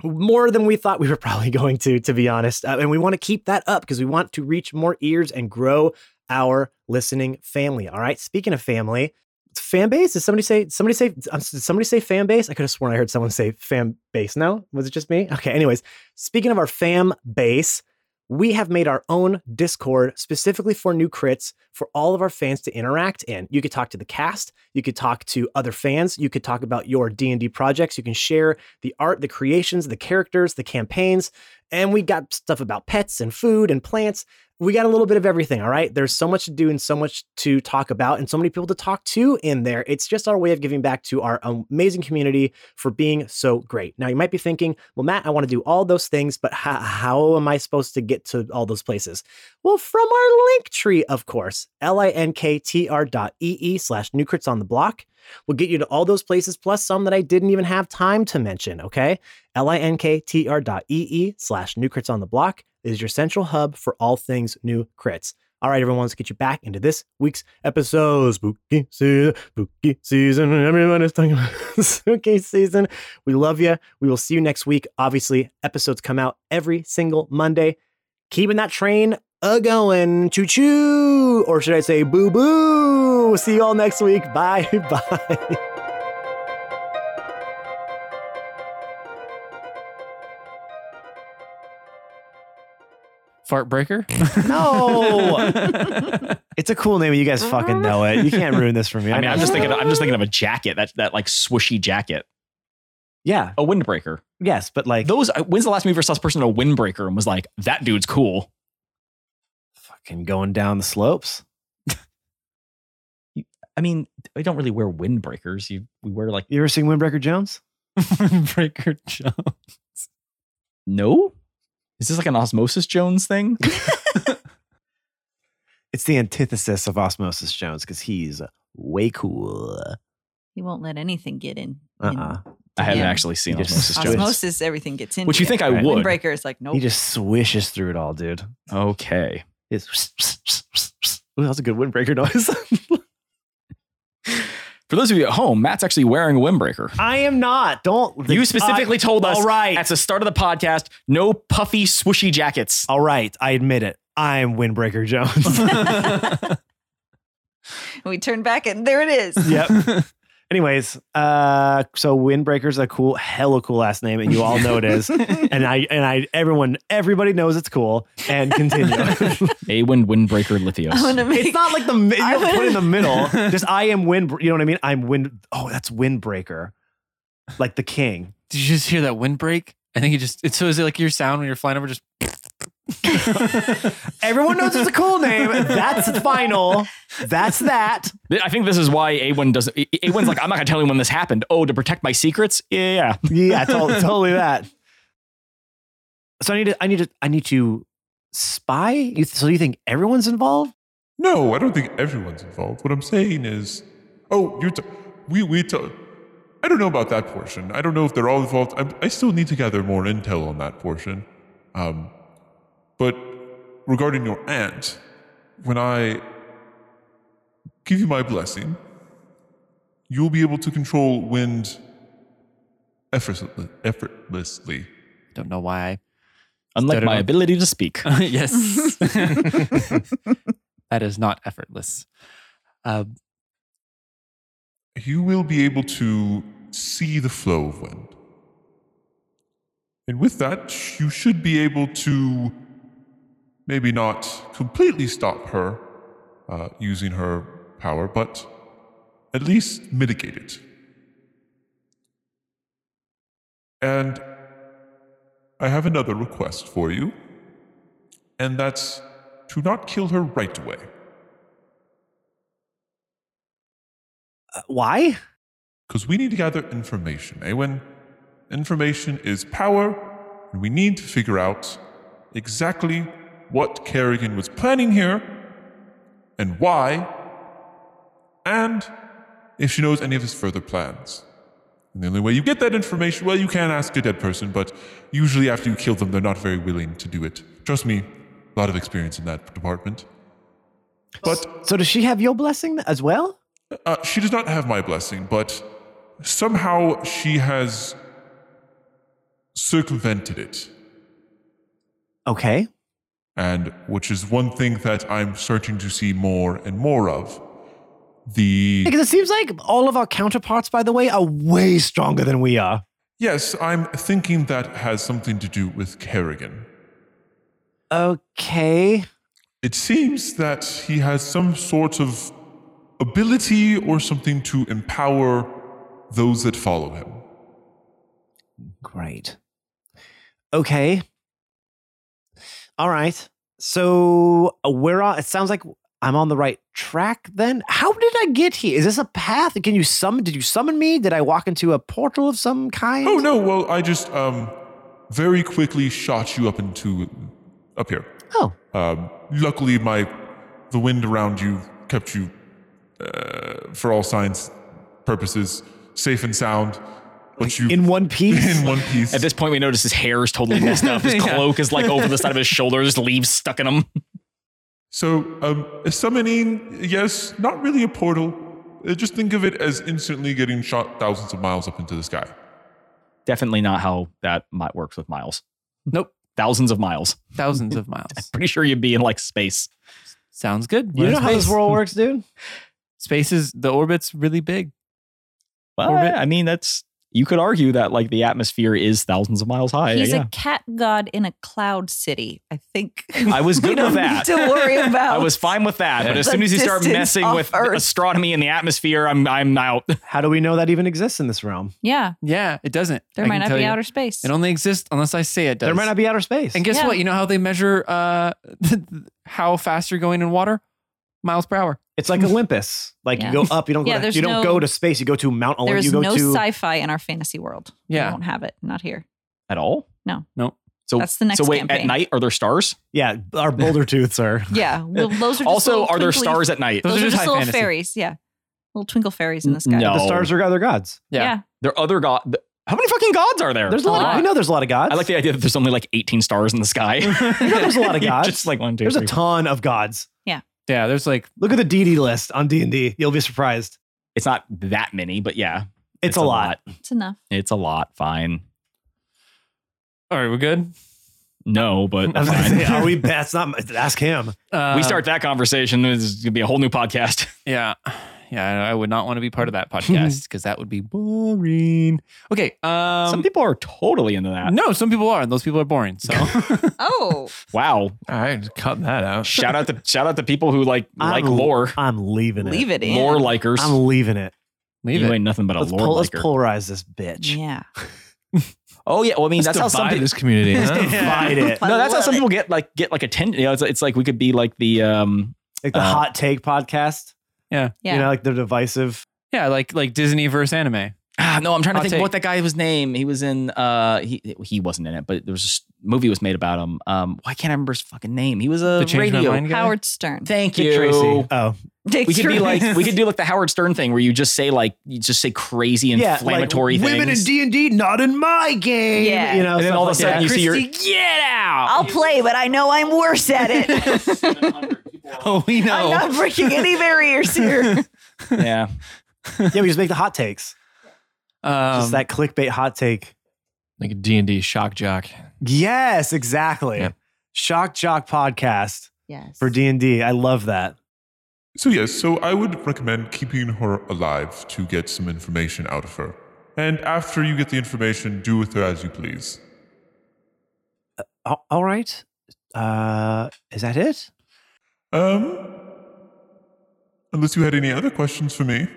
S2: more than we thought we were probably going to, to be honest. Uh, and we want to keep that up because we want to reach more ears and grow our listening family. All right. Speaking of family, fan base? Did somebody say somebody say um, did somebody say fan base? I could have sworn I heard someone say fan base. No, was it just me? Okay. Anyways, speaking of our fam base, we have made our own Discord specifically for new crits for all of our fans to interact in. You could talk to the cast, you could talk to other fans, you could talk about your D&D projects, you can share the art, the creations, the characters, the campaigns, and we got stuff about pets and food and plants. We got a little bit of everything, all right? There's so much to do and so much to talk about and so many people to talk to in there. It's just our way of giving back to our amazing community for being so great. Now, you might be thinking, well, Matt, I want to do all those things, but how, how am I supposed to get to all those places? Well, from our link tree, of course, linktr dot ee slash new crits on the block will get you to all those places, plus some that I didn't even have time to mention, okay? linktr dot ee slash new crits on the block is your central hub for all things new crits. All right, everyone, let's get you back into this week's episode. Spooky season, spooky season. Everyone is talking about spooky season. We love you. We will see you next week. Obviously, episodes come out every single Monday. Keeping that train a going. Choo choo. Or should I say boo boo? See you all next week. Bye. Bye.
S8: Fart breaker.
S3: No. it's a cool name. You guys fucking know it. You can't ruin this for me.
S1: Uh-huh. I mean, I'm
S3: know.
S1: just thinking. I'm just thinking of a jacket that that like swooshy jacket.
S6: Yeah.
S1: A windbreaker.
S6: Yes, but like
S1: Those. uh, When's the last movie we saw a person in a windbreaker and was like, "That dude's cool."
S6: fucking going down the slopes.
S1: I mean, I don't really wear windbreakers. You we wear like
S6: You ever seen Windbreaker Jones?
S3: Windbreaker Jones.
S1: no. Is this like an Osmosis Jones thing?
S6: It's the antithesis of Osmosis Jones because he's way cool.
S4: He won't let anything get in.
S6: Uh uh
S4: in.
S1: Uh-uh. I haven't
S4: Yeah.
S1: actually seen
S6: Just
S1: Osmosis Jones.
S6: twist.
S4: Osmosis, everything gets in.
S1: Which you think I would.
S4: Windbreaker is like, nope.
S6: He just swishes through it all, dude.
S1: Okay.
S6: It's Ooh, that's a good windbreaker noise.
S1: For those of you at home, Matt's actually wearing a windbreaker.
S6: I am not. Don't
S1: you specifically told us
S6: all right.
S1: at the start of the podcast, no puffy, swooshy jackets.
S6: all right, I admit it. I'm Windbreaker Jones.
S4: And we turn back and there it is.
S6: yep. Anyways, uh, so Windbreaker's a cool, hella cool last name, and you all know it is. and I and I everyone everybody knows it's cool. And continue.
S1: Awen Windbreaker Lithios.
S4: I want to make.
S6: it's not like the mi- you
S4: I
S6: don't put in the
S4: wouldn't-
S6: middle. Just I am wind. You know what I mean? I'm wind. Oh, that's Windbreaker, like the king.
S3: Did you just hear that windbreak? I think it just. It's so is it like your sound when you're flying over? Just
S6: Everyone knows it's a cool name. That's final. That's that.
S1: I think this is why Awen doesn't. A- Awen's like, I'm not gonna tell you when this happened. Oh, to protect my secrets. Yeah.
S6: yeah, tol- totally that. So I need to, I need to, I need to spy. You, so you think everyone's involved?
S5: No, I don't think everyone's involved. What I'm saying is, oh, you're t- we we t- I don't know about that portion. I don't know if they're all involved. I'm, I still need to gather more intel on that portion. Um, but regarding your aunt, when I give you my blessing, you'll be able to control wind effortlessly. effortlessly.
S3: don't know why.
S1: Unlike
S3: Stuttered
S1: my
S3: on.
S1: ability to speak.
S3: I yes, that is not effortless. Uh,
S5: you will be able to see the flow of wind. And with that, you should be able to maybe not completely stop her uh, using her power, but at least mitigate it. And I have another request for you, and that's to not kill her right away.
S6: Uh, why?
S5: Because we need to gather information, Awen. Information is power, and we need to figure out exactly what Kerrigan was planning here, and why, and if she knows any of his further plans. And the only way you get that information, well, you can ask a dead person, but usually after you kill them, they're not very willing to do it. Trust me, a lot of experience in that department. But
S6: So does she have your blessing as well?
S5: uh, she does not have my blessing, but somehow she has circumvented it.
S6: Okay.
S5: And which is one thing that I'm starting to see more and more of. The
S6: Because it seems like all of our counterparts, by the way, are way stronger than we are.
S5: yes, I'm thinking that has something to do with Kerrigan.
S6: Okay.
S5: It seems that he has some sort of ability or something to empower those that follow him.
S6: Great. Okay. All right. So uh, we're on. It sounds like I'm on the right track. Then, how did I get here? Is this a path? Can you summon? Did you summon me? Did I walk into a portal of some kind?
S5: Oh no, well I just um very quickly shot you up into up here.
S6: Oh,
S5: Um, luckily, my the wind around you kept you, uh, for all science purposes, safe and sound. But you
S6: in one piece.
S5: in one piece.
S1: At this point, we notice his hair is totally messed up. His cloak is like over the side of his shoulder. There's leaves stuck in him.
S5: so um, summoning, yes, not really a portal. Uh, just think of it as instantly getting shot thousands of miles up into the sky.
S1: Definitely not how that might works with miles.
S3: nope,
S1: Thousands of miles.
S3: thousands of miles.
S1: Pretty sure you'd be in like space.
S3: Sounds good.
S6: you
S3: We're in
S6: know how this
S3: space.
S6: world works, dude.
S3: Space is the orbit's really big.
S1: Well,
S3: Orbit.
S1: I mean, that's you could argue that like the atmosphere is thousands of miles high.
S4: He's
S1: yeah.
S4: a cat god in a cloud city. I think.
S1: I was good
S4: we
S1: with
S4: don't
S1: that.
S4: Need to worry about.
S1: I was fine with that, but as
S4: The
S1: soon as you start
S4: distance
S1: messing
S4: off
S1: with
S4: Earth.
S1: astronomy and the atmosphere, I'm I'm out.
S6: How do we know that even exists in this realm?
S4: Yeah,
S3: Yeah, it doesn't.
S4: there
S3: I
S4: might
S3: can
S4: not
S3: tell
S4: be
S3: you.
S4: outer space.
S3: It only exists unless I say it does.
S6: There might not be outer space.
S3: And guess
S4: Yeah.
S3: what? You know how they measure uh, how fast you're going in water? Miles per hour.
S6: it's like Olympus. Like
S4: Yeah.
S6: you go up, you don't
S4: Yeah,
S6: go. To,
S4: there's
S6: you don't
S4: no-
S6: go to space. You go to Mount
S4: There
S6: Olympus.
S4: is
S6: You go
S4: no
S6: to
S4: sci-fi in our fantasy world.
S3: Yeah.
S4: we don't have it. Not here.
S1: At all?
S4: No.
S3: No.
S1: So
S4: That's the next
S1: So wait, at
S4: campaign.
S1: night are there stars?
S6: yeah, our boulder tooths are.
S4: Yeah. Well, those are just
S1: Also,
S4: little
S1: are there
S4: twinkly-
S1: stars at night?
S3: Those
S4: Those,
S3: are
S4: are
S3: just
S4: just
S3: high
S4: little
S3: fantasy.
S4: fairies. Yeah, little twinkle fairies in the sky.
S1: No.
S6: The stars are other gods.
S3: Yeah.
S4: Yeah.
S1: There are other god. th- How many fucking gods are there?
S6: There's a lot.
S4: A
S6: Of,
S4: lot.
S6: we know there's a lot of gods.
S1: I like the idea that there's only like 18 stars in the sky.
S6: know there's a lot of gods.
S1: Just like one, two,
S6: There's a
S1: three.
S6: ton of gods.
S3: Yeah, there's like
S6: Look at the deity list on D and D. You'll be surprised.
S1: It's not that many, but yeah,
S6: It's, a, lot.
S4: It's enough.
S1: It's a lot. Fine.
S3: all right, we're good.
S1: No, but
S6: I was gonna
S1: fine.
S6: say, are we? That's not. Ask him.
S3: Uh,
S1: we start that conversation. It's gonna be a whole new podcast.
S3: Yeah. Yeah, I would not want to be part of that podcast because that would be boring. Okay. Um
S1: Some people are totally into that.
S3: No, some people are, and those people are boring. So
S4: Oh,
S1: Wow!
S9: All right, cut that out.
S1: Shout out to shout out to people who like like
S6: I'm-
S1: lore,
S6: I'm leaving it.
S4: leave it in.
S1: lore likers.
S6: I'm leaving it.
S3: leave
S1: you
S3: it.
S1: ain't nothing but a
S6: Let's,
S1: lore
S6: pol- let's
S1: liker.
S6: polarize this bitch.
S4: Yeah.
S1: oh yeah, well I mean
S9: Let's
S1: that's how some
S9: divide
S1: people.
S9: this community. huh?
S6: Divide it.
S4: I
S1: No, that's how
S4: love
S1: some
S4: it.
S1: people get like get like attention. You know, it's, it's like we could be like the um
S6: Like the
S1: Uh,
S6: hot take podcast.
S4: Yeah.
S6: You know, like the divisive.
S3: Yeah, like like Disney versus anime.
S1: Ah, no, I'm trying to
S3: Hot
S1: think
S3: take.
S1: what that guy was named. He was in uh he he wasn't in it, but there was this movie was made about him. Um why can't I remember his fucking name? He was a
S3: The Change My
S1: radio.
S3: Mind guy?
S4: Howard Stern.
S1: Thank
S6: Dick
S1: you.
S6: Tracy. Oh,
S4: Dick
S1: We could be
S4: Tracy.
S1: like we could do like the Howard Stern thing where you just say like you just say crazy inflammatory
S6: like,
S1: things.
S6: Women in D and D, not in my game.
S4: Yeah.
S6: You know,
S1: and then
S6: stuff
S1: all of a
S6: like
S1: sudden
S6: that.
S1: you see your
S4: get out. I'll play, but I know I'm worse at it.
S3: Oh, we
S4: I'm
S3: know.
S4: not breaking any barriers here.
S1: yeah.
S6: yeah, we just make the hot takes.
S3: Um,
S6: just that clickbait hot take.
S9: Like a D&D shock jock.
S6: Yes, exactly.
S9: Yeah.
S6: Shock Jock podcast
S4: Yes.
S6: for D and D. I love that.
S5: So, yes, so I would recommend keeping her alive to get some information out of her. And after you get the information, do with her as you please.
S6: Al- all right. Uh, is that it?
S5: Um, unless you had any other questions for me.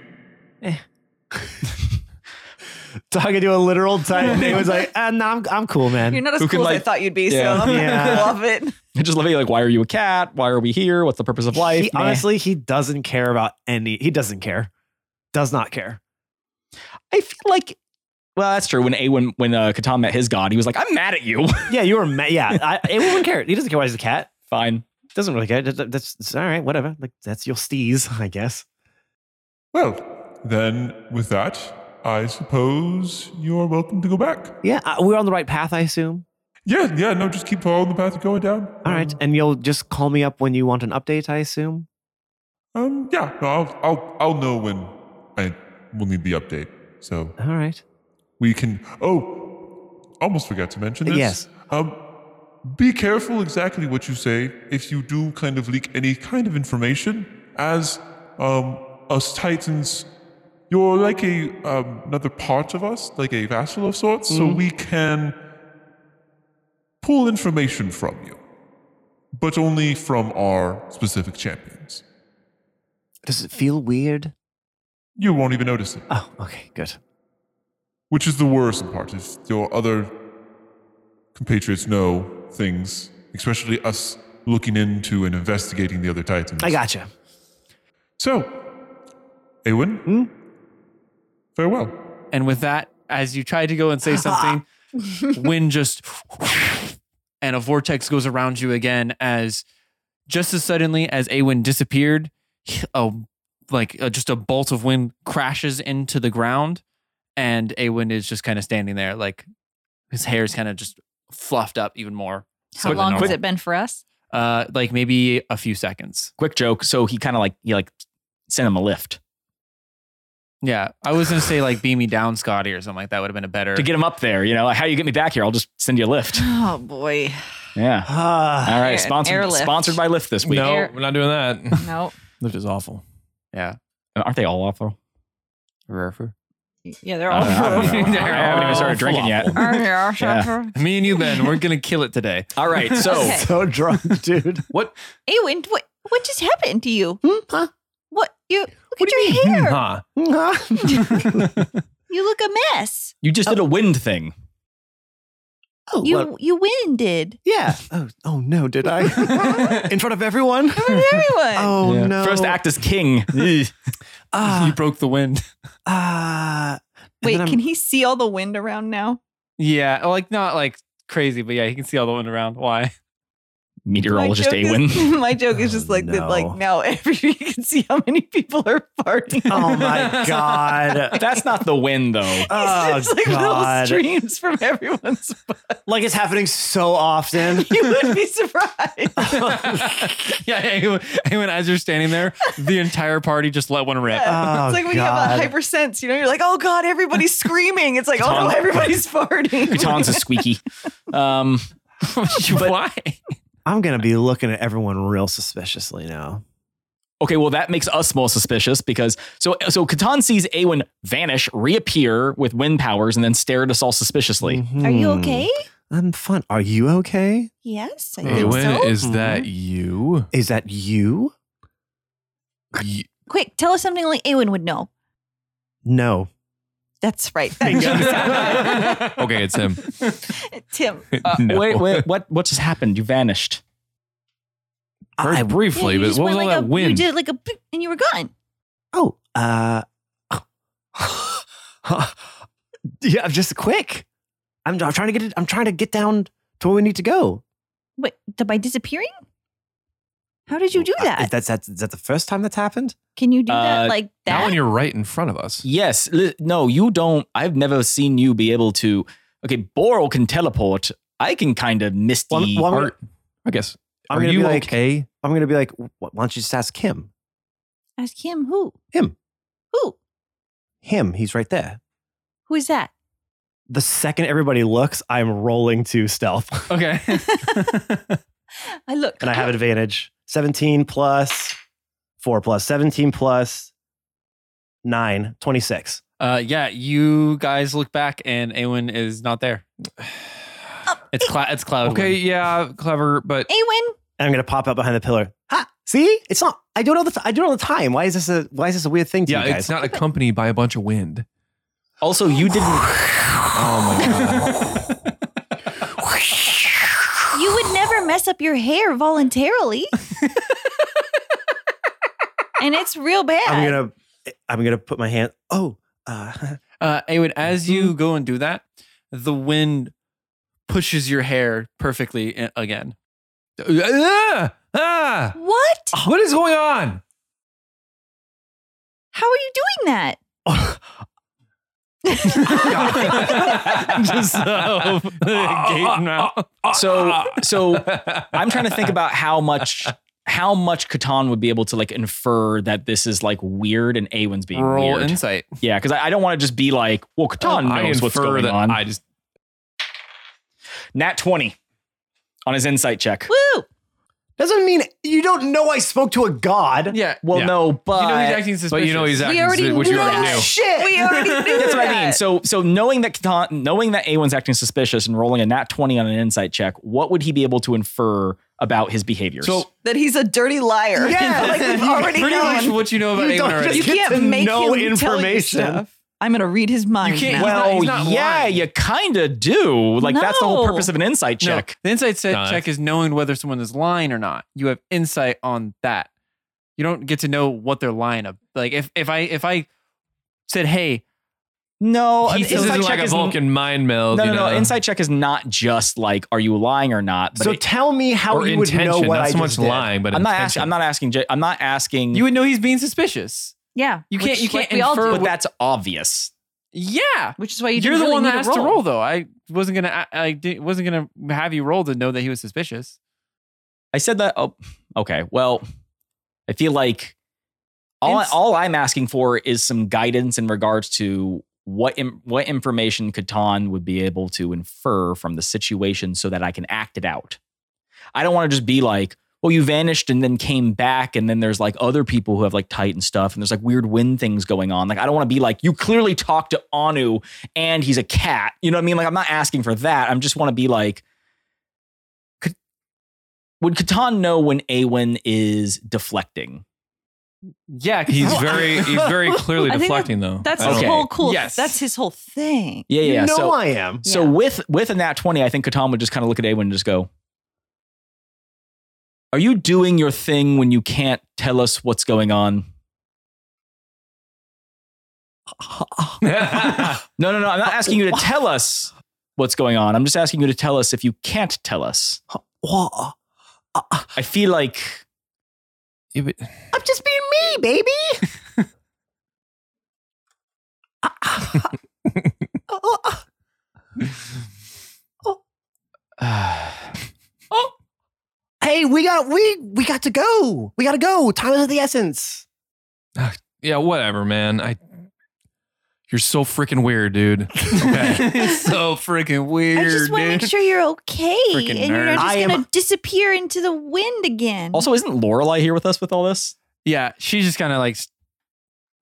S6: Talking to a literal titan. It was like, uh, no, I'm, I'm cool, man.
S10: You're not as
S1: Who can,
S10: cool as I
S1: like-
S10: thought you'd be,
S1: Yeah.
S10: so I'm
S6: Yeah.
S10: gonna love it.
S1: I just love it. Like, why are you a cat? Why are we here? What's the purpose of life?
S6: He,
S1: Meh.
S6: honestly, he doesn't care about any. He doesn't care. Does not care.
S1: I feel like well, that's true. When A when when uh, Catan met his god, he was like, "I'm mad at you."
S6: Yeah, you were. Ma- yeah, I, it wouldn't care. He doesn't care why he's a cat.
S1: Fine.
S6: Doesn't really care. That- that- That's, it's all right. Whatever. Like that's your steez, I guess.
S5: Well, then, with that, I suppose you're welcome to go back.
S6: Yeah, uh, we're on the right path, I assume.
S5: Yeah, yeah, no, just keep following the path you're going down.
S6: All right, and you'll just call me up when you want an update, I assume.
S5: Um, yeah, no, I'll, I'll, I'll know when I will need the update. So
S6: All right.
S5: we can. Oh, almost forgot to mention this.
S6: Yes.
S5: Um, be careful exactly what you say if you do kind of leak any kind of information, as um, us Titans, you're like a um, another part of us, like a vassal of sorts, so we can pull information from you, but only from our specific champions.
S6: Does it feel weird?
S5: You won't even notice it.
S6: Oh, okay, good.
S5: Which is the worst part, if your other compatriots know things, especially us looking into and investigating the other Titans.
S6: I gotcha.
S5: So, Awen, farewell.
S3: and with that, as you try to go and say something, wind just and a vortex goes around you again. As just as suddenly as Awen disappeared, a like uh just a bolt of wind crashes into the ground, and Awen is just kind of standing there, like his hair is kind of just fluffed up even more.
S4: How
S3: than
S4: long has
S3: normal.
S4: it been for us?
S3: Uh, like maybe a few seconds.
S1: Quick joke. So he kind of like he like sent him a lift
S3: Yeah, I was gonna say like beam me down, Scotty, or something like that would have been a better.
S1: to get him up there. You know, like, how you get me back here? I'll just send you a lift.
S10: Oh boy.
S1: Yeah.
S6: Ah,
S1: All
S4: Air-
S1: right. Sponsored
S4: airlift.
S1: sponsored by Lyft this week.
S9: No,
S4: Air-
S9: we're not doing that.
S4: No.
S9: Lift is awful.
S3: yeah.
S1: Aren't they all awful?
S3: Refer.
S4: Yeah, they're
S1: I
S4: all.
S1: don't know. I don't know. I haven't even started
S3: Oh,
S1: drinking yet.
S4: Oh, yeah, sure,
S1: Yeah.
S4: sure.
S3: Me and you, Ben, we're gonna kill it today.
S1: All right. So
S6: Okay.
S2: So drunk, dude.
S1: what?
S6: Ewan, what what just happened to you? What you look
S3: What
S6: at
S3: do you
S6: your
S3: mean,
S6: hair?
S3: huh?
S6: Hmm, You look a mess.
S1: You just did a wind thing.
S2: Oh,
S6: You
S2: well,
S6: you winded
S2: yeah. Oh, oh no, did I? In front of everyone?
S6: everyone.
S2: Oh
S3: Yeah.
S2: no.
S1: First act is king.
S3: you
S2: Ah,
S3: broke the wind.
S2: ah. And
S4: Wait,
S2: then I'm-
S4: can he see all the wind around now?
S3: Yeah, like not like crazy, but yeah, he can see all the wind around. Why?
S1: Meteorologist
S4: my joke
S1: Awen.
S4: Is, my joke is just
S2: Oh,
S4: like that. Like
S2: no.
S4: now, every you can see how many people are farting.
S2: Oh my god.
S1: That's not the wind though.
S2: Oh
S4: it's just like little
S2: god.
S4: streams from everyone's. butt.
S2: Like it's happening so often.
S4: You would be surprised.
S3: yeah, yeah, anyone as you're standing there, the entire party just let one rip.
S2: Oh,
S4: it's like when
S2: God.
S4: you have a hypersense, you know, you're like, oh God, everybody's screaming. It's like, oh no,
S1: Tongue.
S4: everybody's farting.
S1: Tons is squeaky. Um,
S3: Why?
S2: I'm gonna be looking at everyone real suspiciously now.
S1: Okay, well that makes us more suspicious because so so Catan sees Awen vanish, reappear with wind powers, and then stare at us all suspiciously.
S6: Are you
S9: mm.
S2: Mhm.
S6: okay?
S2: I'm fun. Are you okay?
S6: Yes, I
S1: Mm-hmm.
S9: Hey,
S6: think
S9: when
S6: so.
S9: is that you?
S2: Is that you?
S9: Ye-
S6: Quick, tell us something like Ewan would know.
S2: No.
S6: That's right. That's
S9: okay, it's him.
S6: Tim.
S1: Uh,
S9: No.
S1: Wait, wait, what what just happened? You vanished.
S9: Very
S2: I-
S9: briefly,
S6: Yeah, you
S9: but
S6: just
S9: what was
S6: went
S9: all
S6: like a-
S9: that wind?
S6: You did like a boop and you were gone.
S2: Oh, uh, yeah, just quick. I'm, I'm trying to get it. I'm trying to get down to where we need to go.
S6: Wait, th- by disappearing? How did you do
S2: Uh,
S6: that?
S2: is that's that's is that the first time that's happened?
S6: Can you do
S1: Uh,
S6: that like
S9: Now
S6: that?
S9: when you're right in front of us.
S1: Yes. li- No, you don't. I've never seen you be able to. Okay, Boral can teleport. I can kind of misty.
S2: Well, I'm- well, I'm
S1: or-
S2: gonna-
S9: I guess.
S2: I'm
S9: Are
S2: gonna
S9: you
S2: be like-
S9: okay?
S2: I'm gonna be like, "Wh- why don't you just ask him?
S6: Ask him who?
S2: Him.
S6: Who?
S2: Him. He's right there.
S6: Who is that?
S2: The second everybody looks, I'm rolling to stealth,
S3: Okay.
S6: I look.
S2: and I have advantage. 17 plus four plus 17 plus nine, 26.
S3: uh, yeah, you guys look back and Awen is not there. It's cla- it's cloud.
S9: Okay,
S3: wind.
S9: yeah, clever, but
S6: Awen,
S2: and I'm gonna pop out behind the pillar. Ha! See, it's not. I do it all the. T- I do it all the time. Why is this a? Why is this a weird thing to
S9: yeah,
S2: you guys?
S9: it's not accompanied by a bunch of wind.
S1: also, you didn't.
S9: Oh my god.
S6: you would never mess up your hair voluntarily. and it's real bad.
S2: I'm gonna. I'm gonna put my hand. Oh, uh,
S3: Uh, Awen, as you go and do that, the wind pushes your hair perfectly i- again.
S9: ah, ah,
S6: What?
S9: what is going on?
S6: How are you doing that?
S3: Just so
S9: Uh,
S3: gating out.
S1: So so I'm trying to think about how much how much Catan would be able to like infer that this is like weird and Awen's being
S3: Roll
S1: weird.
S3: insight.
S1: Yeah, because I, I don't want to just be like, well, Catan
S9: I
S1: knows what's
S9: infer
S1: going
S9: that
S1: on.
S9: I just
S1: Nat 20 on his insight check.
S6: Woo!
S2: doesn't mean you don't know I spoke to a god.
S3: Yeah.
S1: Well,
S9: Yeah.
S1: no, but
S3: you know he's acting suspicious.
S9: but you know he's acting
S6: already
S9: which you already
S4: Oh,
S6: know.
S9: knew.
S2: Shit.
S6: We already knew
S1: that's what I mean.
S6: that.
S1: So, so knowing that Catan, knowing that Awen's acting suspicious and rolling a nat 20 on an insight check, what would he be able to infer about his behaviors?
S9: So
S4: that he's a dirty liar.
S2: Yeah.
S4: like we've already
S3: pretty much
S4: known.
S3: what you know about
S2: You
S3: Awen
S2: don't
S3: already.
S2: just
S4: You
S2: get to
S4: can't make
S2: know
S4: him
S2: information.
S4: Tell you stuff. I'm gonna read his mind.
S3: can't- he's
S4: now.
S1: well,
S3: not- he's not
S1: yeah,
S3: lying.
S1: you kind of do. Like that's the whole
S6: No.
S1: purpose of an insight
S3: No,
S1: check.
S3: the insight se-
S9: Nice.
S3: check is knowing whether someone is lying or not. You have insight on that. You don't get to know what they're lying about. Like if if I if I said, "Hey,
S1: No,
S9: he-
S1: an
S9: this isn't like a
S1: is-
S9: Vulcan mind meld.
S1: No, no,
S9: you
S1: no.
S9: know?
S1: Insight check is not just like, are you lying or not? But
S2: So
S1: it-
S2: tell me how
S9: or
S2: you would
S9: intention,
S2: know what
S9: not
S2: I
S9: so much
S2: just did.
S9: lying, but
S1: I'm not asking.
S9: intention.
S1: I'm not asking. J- I'm not asking.
S3: you would know he's being suspicious."
S6: Yeah.
S3: You can't-
S6: which,
S3: you can't
S6: like we all
S3: infer
S6: do.
S1: but that's obvious.
S3: Yeah,
S6: Which is why you
S3: you are the
S6: really
S3: one
S6: need
S3: that has
S6: roll.
S3: to roll. Though I wasn't gonna I, I di- wasn't gonna have you roll to know that he was suspicious.
S1: I said that. Oh, okay. Well, I feel like all,
S3: Ins-
S1: all I'm asking for is some guidance in regards to what im- what information Catan would be able to infer from the situation so that I can act it out. I don't want to just be like, well, you vanished and then came back, and then there's like other people who have like Titan stuff, and there's like weird wind things going on. Like, I don't want to be like, you clearly talked to Anu and he's a cat. You know what I mean? Like, I'm not asking for that. I'm just want to be like, could, would Catan know when Awen is deflecting?
S3: Yeah, 'cause
S9: He's
S3: I-
S9: very he's very clearly
S4: I think
S9: deflecting though.
S4: That's
S9: I
S4: his
S9: don't-
S1: Okay.
S4: whole cool.
S3: Yes.
S4: That's his whole thing.
S1: Yeah, yeah. yeah.
S2: you know
S1: so,
S2: I am.
S1: so
S4: Yeah.
S1: with with a nat 20, I think Catan would just kind of look at Awen and just go, Are you doing your thing when you can't tell us what's going on? No, no, no. I'm not asking you to tell us what's going on. I'm just asking you to tell us if you can't tell us.
S6: uh,
S1: I feel like
S9: Yeah, but
S6: I'm just being me, baby.
S2: Hey, we got we we got to go. We got to go. Time is of the essence.
S9: yeah, whatever, man. I you're so freaking weird, dude. Okay.
S3: so freaking
S6: I
S3: weird.
S6: just want to
S3: dude.
S6: make sure you're okay,
S3: Freaking
S6: and you're
S3: nerd.
S6: not just
S2: I am-
S6: gonna disappear into the wind again.
S1: also isn't Lorelai here with us with all this?
S3: Yeah, she's just kind of like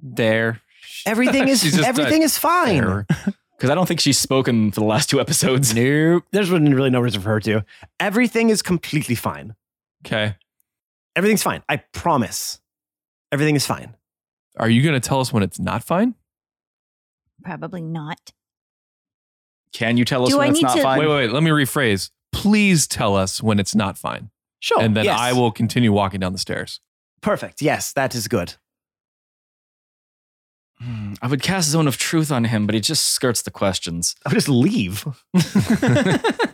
S3: there.
S2: Everything is
S9: She's just
S2: everything is fine.
S9: There.
S1: Because I don't think she's spoken for the last two episodes.
S2: Nope. There's really no reason for her to. Everything is completely fine.
S9: Okay.
S2: Everything's fine. I promise. Everything is fine.
S9: Are you gonna tell us when it's not fine?
S6: Probably not.
S1: Can you tell us
S6: Do
S1: when
S6: I
S1: it's
S6: need
S1: not
S6: to-
S1: fine?
S9: Wait, wait, wait, let me rephrase. Please tell us when it's not fine.
S2: Sure.
S9: and then
S2: Oh, yes.
S9: I will continue walking down the stairs.
S2: Perfect. Yes, that is good.
S1: Hmm, I would cast Zone of Truth on him, but he just skirts the questions.
S2: I'll just leave.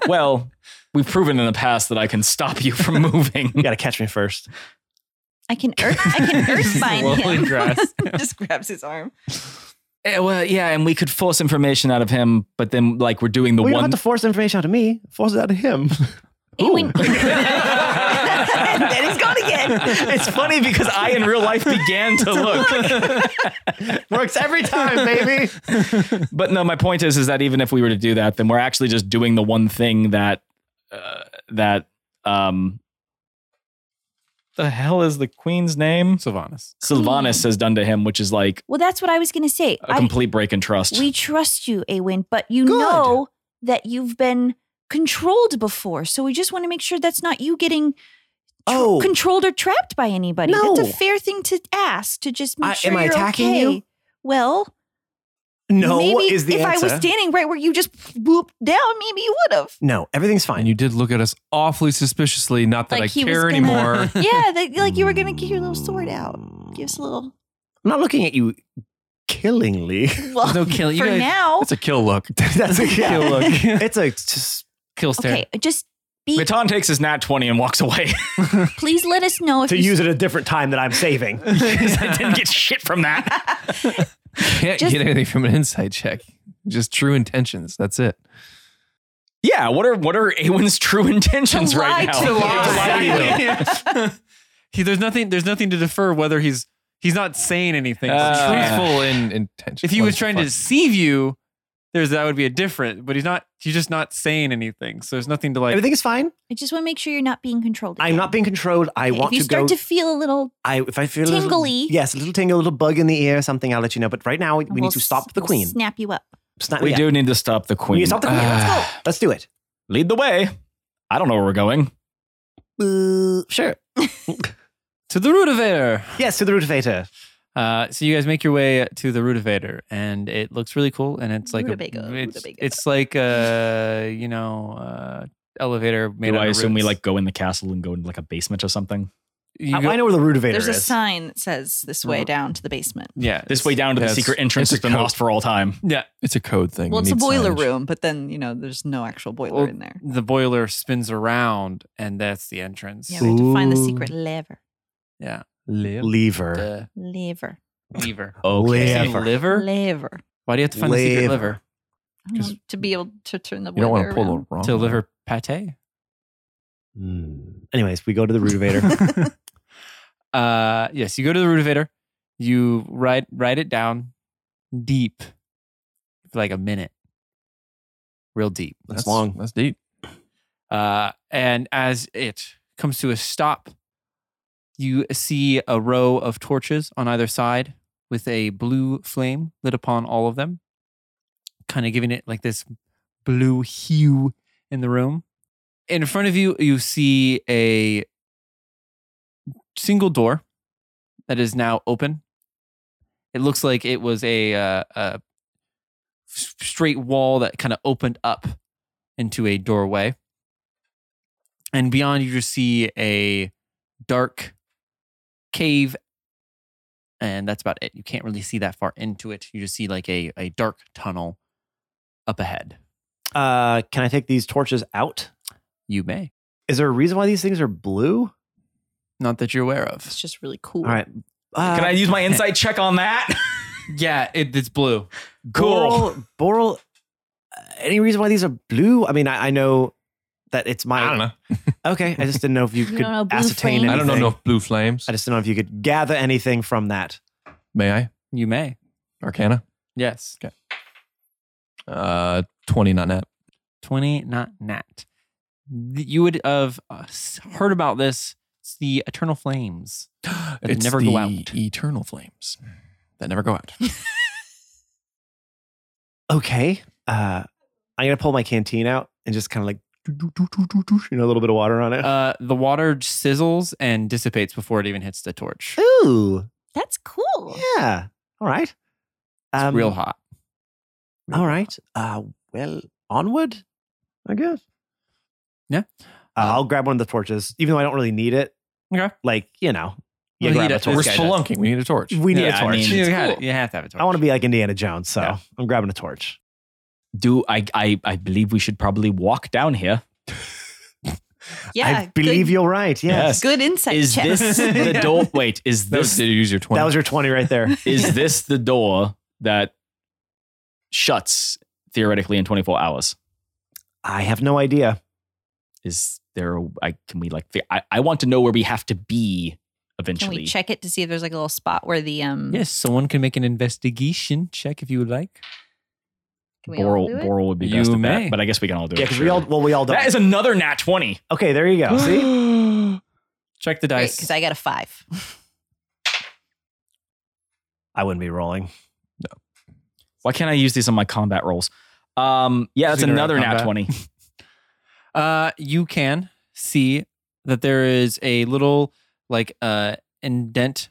S1: well, we've proven in the past that I can stop you from moving.
S2: You got to catch me first.
S6: I can earth. I can earthbind him.
S4: just grabs his arm.
S1: Eh, well, yeah, and we could force information out of him, but then like we're doing the
S2: well, you don't
S1: one.
S2: have to force information out of me. Force it out of him.
S6: Awen- then he's gone again.
S1: it's funny because I in real life began to look.
S2: Works every time, baby.
S1: But no, my point is, is that even if we were to do that, then we're actually just doing the one thing that uh, that um, the hell is the queen's name?
S3: Sylvanas.
S1: Sylvanas has done to him, which is like
S6: Well, that's what I was gonna say.
S1: a
S6: I-
S1: complete break in trust.
S6: we trust you, Awen, but you
S2: Good.
S6: know that you've been controlled before, so we just want to make sure that's not you getting tr-
S2: Oh.
S6: controlled or trapped by anybody. That's
S2: No.
S6: a fair thing to ask to just make
S2: I-
S6: sure
S2: am I
S6: you're
S2: attacking
S6: okay.
S2: you?
S6: Well,
S2: No
S6: maybe
S2: is the
S6: if
S2: answer.
S6: I was standing right where you just whooped down, maybe you would have.
S2: no, everything's fine.
S9: And you did look at us awfully suspiciously, not that
S6: Like
S9: I
S6: he was
S9: care
S6: gonna-
S9: anymore.
S6: Yeah, that, like you were gonna get your little sword out, give us a little.
S2: I'm not looking at you killingly.
S6: Well,
S3: No killing. You
S6: for
S3: guys-
S6: now,
S9: That's a kill look.
S2: That's a kill.
S3: Kill look.
S2: It's a just
S3: kill stare.
S6: okay, just be.
S1: Baton takes his nat twenty and walks away
S6: Please let us know if
S2: to
S6: you
S2: use at a different time that I'm saving.
S1: because I didn't get shit from that.
S9: Can't
S6: Just-
S9: get anything from an insight check. Just true intentions. That's it.
S1: Yeah, what are what are Awen's true intentions
S6: To
S1: right
S6: lie
S1: now?
S6: to
S1: lie to Ewen.
S3: Exactly. he, there's nothing. There's nothing to defer whether he's he's not saying anything. He's
S9: Ah.
S1: Uh,
S3: truthful.
S9: Truthful in intention.
S3: If he
S9: What
S3: was
S9: the
S3: trying to
S9: fuck?
S3: deceive you, there's that would be a different. But he's not. He's just not saying anything. So there's nothing to like.
S2: Everything is fine.
S6: I just want to make sure you're not being controlled.
S2: I'm
S6: again.
S2: not being controlled. I
S6: Okay,
S2: want
S6: if you
S2: to
S6: start
S2: go.
S6: to feel a little
S2: I if I feel a
S6: Tingly.
S2: little, yes, a little tingle, a little bug in the ear, or something. I'll let you know. But right now, we, we
S6: we'll
S2: need to stop
S6: s-
S2: the
S6: we'll
S2: queen.
S6: snap you up.
S2: Snap-
S1: We
S2: yeah.
S1: do need to stop the
S2: We
S1: queen. Uh, Ah.
S2: need to stop the queen. let's go. Let's do it.
S1: Lead the way. I don't know where we're going.
S2: Uh, sure.
S3: to the root of air.
S2: Yes, to the root of Vader.
S3: Uh, so you guys make your way to the rootivator, and it looks really cool. And it's like
S6: Rutabaga,
S3: a, it's,
S6: rutabaga.
S3: it's like a you know uh, elevator made.
S1: Do
S3: out
S1: I
S3: of
S1: assume we
S3: roots.
S1: like go in the castle and go into like a basement or something?
S3: You
S4: Uh,
S2: I,
S3: go-
S2: I know where the root of Vader
S4: There's a
S2: is.
S4: sign that says this way down to the basement.
S3: Yeah,
S1: This way down to the
S9: That's-
S1: secret entrance
S9: it's a
S1: has been
S9: code.
S1: lost for all time.
S3: Yeah,
S9: It's a code thing.
S4: Well,
S9: We
S4: it's a
S9: need
S4: boiler
S9: signage.
S4: room, but then you know there's no actual boiler
S3: Well,
S4: in there.
S3: the boiler spins around, and that's the entrance.
S4: Yeah, we have to find the
S2: Ooh.
S4: secret lever.
S3: Yeah. Live.
S2: Lever. Oh,
S3: The
S6: Lever.
S3: lever.
S1: Okay.
S3: Say
S2: Liver.
S3: liver?
S4: Lever.
S3: Why do you have to find the secret liver?
S2: Liver.
S4: I don't know, to be able to turn the
S9: You don't want
S4: boiler
S9: to pull the
S4: around.
S9: wrong.
S3: To liver pate?
S9: Hmm.
S2: Mm. Anyways, we go to the root of Vader.
S3: uh, yes, you go to the rootivator. You write write it down deep for like a minute, real deep.
S9: That's long. That's deep.
S3: Uh, and as it comes to a stop, You see a row of torches on either side with a blue flame lit upon all of them, kind of giving it like this blue hue in the room. In front of you, you see a single door that is now open. It looks like it was a, uh, a s- straight wall that kind of opened up into a doorway. And beyond, you just see a dark cave. And that's about it. You can't really see that far into it. You just see like a, a dark tunnel up ahead.
S2: Uh, can I take these torches out?
S3: You may.
S2: Is there a reason why these things are blue?
S3: Not that you're aware of.
S4: It's just really cool.
S2: All right. Uh,
S1: Can I use my insight check on that?
S3: Yeah, it, it's blue.
S1: cool.
S2: Boral, Boral, uh, any reason why these are blue? I mean, I, I know that it's my.
S9: I don't know.
S2: Okay, I just didn't know if you,
S6: You
S2: could
S6: don't know blue
S2: ascertain.
S6: flame?
S9: I don't know
S2: anything.
S9: enough blue flames.
S2: I just don't know if you could gather anything from that.
S9: May I?
S3: You may.
S9: Arcana.
S3: Yes.
S9: Uh, twenty, not net.
S3: 20 not nat Th- you would have uh, s- heard about this it's the eternal flames That
S9: It's
S3: never
S9: the
S3: go out.
S9: Eternal flames that never go out.
S2: Okay, uh, I'm gonna pull my canteen out and just kind of like, doo- doo- doo- doo- doo- doo, you know, a little bit of water on it.
S3: uh, the water sizzles and dissipates before it even hits the torch it's
S2: Ooh,
S6: That's cool.
S2: yeah. All right. Um,
S3: real hot
S2: All right. Uh, well, onward, I guess.
S3: Yeah.
S2: Uh, I'll grab one of the torches, even though I don't really need it.
S3: Okay.
S2: Like, you know, you
S3: Well, he
S2: grab a
S3: does- this
S2: torch.
S3: guy
S9: We're spelunking. We need a torch.
S2: We need
S1: Yeah,
S2: a
S1: I
S2: torch. I,
S1: mean-
S3: you,
S1: it's
S3: had-
S1: cool.
S3: you have to have a torch
S2: want to be like Indiana Jones, so
S3: Yeah.
S2: I'm grabbing a torch.
S1: Do I, I? I believe we should probably walk down here.
S4: Yeah.
S2: I believe
S4: good,
S2: you're right. Yes.
S1: Yes.
S4: Good insight
S1: Is
S4: check.
S1: this the door? Wait, is
S9: That was-
S1: this
S9: did you use your twenty?
S2: That was your 20 right there.
S1: is this the door that shuts theoretically in 24 hours?
S2: I have no idea.
S1: Is there? A, I can we like? fi- I, I want to know where we have to be
S6: Can
S1: eventually.
S6: we check it to see if there's like a little spot where the um?
S3: yes someone can make an investigation check if you would like
S6: Can we
S1: Boral,
S6: all do it?
S1: Boral would be
S3: You
S1: best at
S3: may.
S1: that, but I guess we can all do
S2: Yeah,
S1: it.
S2: because we all,
S1: sure.
S2: well, we all
S1: That
S2: don't.
S1: is another nat 20.
S2: okay, there you go. See?
S3: check the
S6: Great,
S3: dice
S6: because I got a five.
S2: I wouldn't be rolling.
S1: Why can't I use these on my combat rolls? Um, yeah, that's
S3: Because you're not
S1: another nat
S3: combat.
S1: 20.
S3: uh, you can see that there is a little like uh indent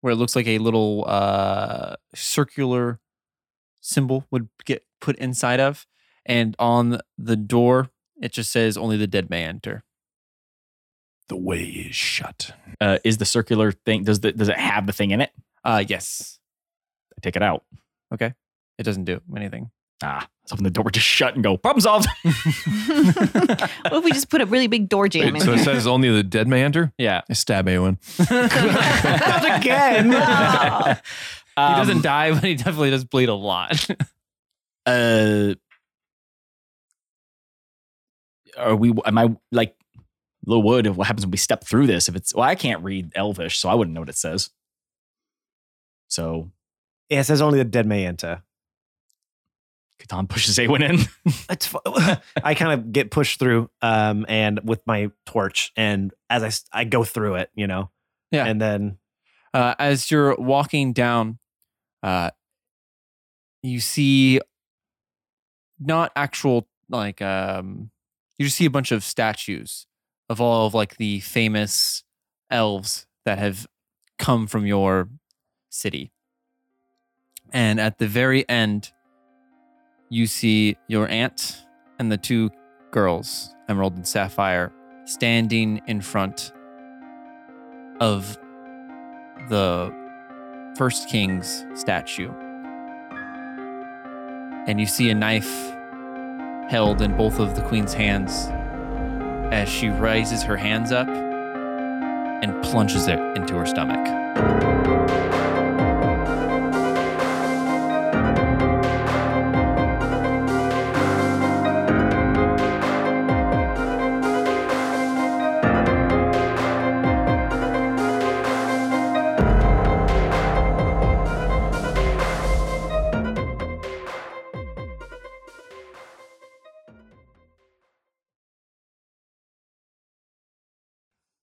S3: where it looks like a little uh circular symbol would get put inside of and on the door it just says only the dead may enter
S9: the way is shut.
S1: Uh, is the circular thing, does, the, does it have the thing in it?
S3: uh yes
S1: I take it out.
S3: it doesning do anything
S1: Ah, let's open the door, just shut and go, problem solved.
S6: what if we just put a really big door jam
S9: Wait,
S6: in
S9: so it
S6: here?
S9: says only the dead may enter.
S3: yeah
S9: I stab Awen.
S2: Not again.
S3: he
S6: Oh.
S1: Um,
S3: doesn't die but he definitely does bleed a lot
S1: uh are we am i like low wood of what happens when we step through this if it's well i can't read elvish so i wouldn't know what it says so
S2: Yeah, it says only the dead may enter.
S1: Catan pushes Awen in.
S2: It's fu- I kind of get pushed through, um, and with my torch, and as I s- I go through it, you know,
S3: Yeah.
S2: and then
S3: uh, as you're walking down, uh, you see not actual like um, you just see a bunch of statues of all of like the famous elves that have come from your city, and at the very end, you see your aunt and the two girls, Emerald and Sapphire, standing in front of the first king's statue. And you see a knife held in both of the queen's hands as she raises her hands up and plunges it into her stomach.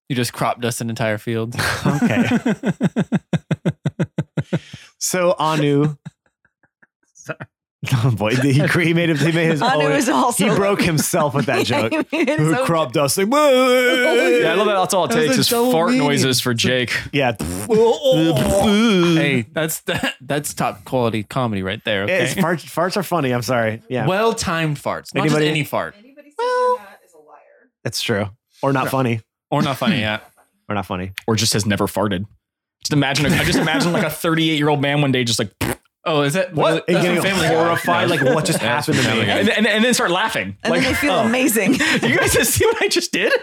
S3: You just crop dust an entire field.
S2: Okay. So Anu. Oh boy, he cremated he made his
S4: Anu
S2: own.
S4: is also.
S2: he oh, broke himself with that joke. Who
S4: so,
S2: crop dusting?
S1: Yeah, I love that. That's all it
S3: That was
S1: takes
S3: a
S1: is
S3: double
S1: fart
S3: meaning.
S1: noises for Jake.
S2: Yeah.
S3: hey, that's that, that's top quality comedy right there. Okay.
S2: It's farts, farts are funny. I'm sorry. Yeah,
S3: Well timed farts. Not
S2: Anybody-
S3: just any fart.
S2: that's true. Or not funny.
S3: Or not funny, yeah.
S2: Or not funny.
S1: Or just has never farted. Just imagine, I just imagine like a 38 year old man one day just like,
S3: Oh, is that
S2: What?
S3: That's
S2: Getting
S3: from family Guy.
S2: horrified. Like what just
S9: That's
S2: happened to
S9: Family
S2: me?
S9: Guy.
S1: and, and, and then start laughing.
S4: and
S1: like,
S4: then they feel
S2: oh.
S4: amazing.
S1: you guys just see what I just did?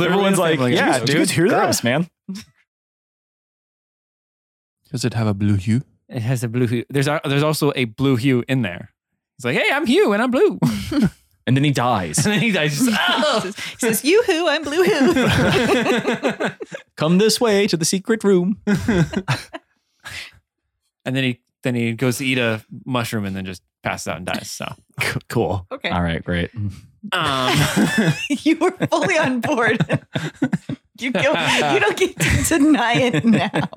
S1: Everyone's
S3: a
S1: like,
S3: Family Guy
S1: yeah, dude,
S3: joke.
S2: Did you guys hear that?
S1: gross, man.
S9: Does it have a blue hue?
S3: It has a blue hue. There's a, there's also a blue hue in there. It's like, hey, I'm Hugh and I'm blue. and
S1: And then he dies.
S3: then he dies. Just,
S4: he says, he says, "You who? I'm blue who."
S3: "Ah."
S1: Come this way to the secret room.
S3: and then he then he goes to eat a mushroom and then just passes out and dies. So
S2: C- Cool.
S4: okay,
S1: All right, great.
S3: um,
S4: you were fully on board. you go, you don't get to deny it now.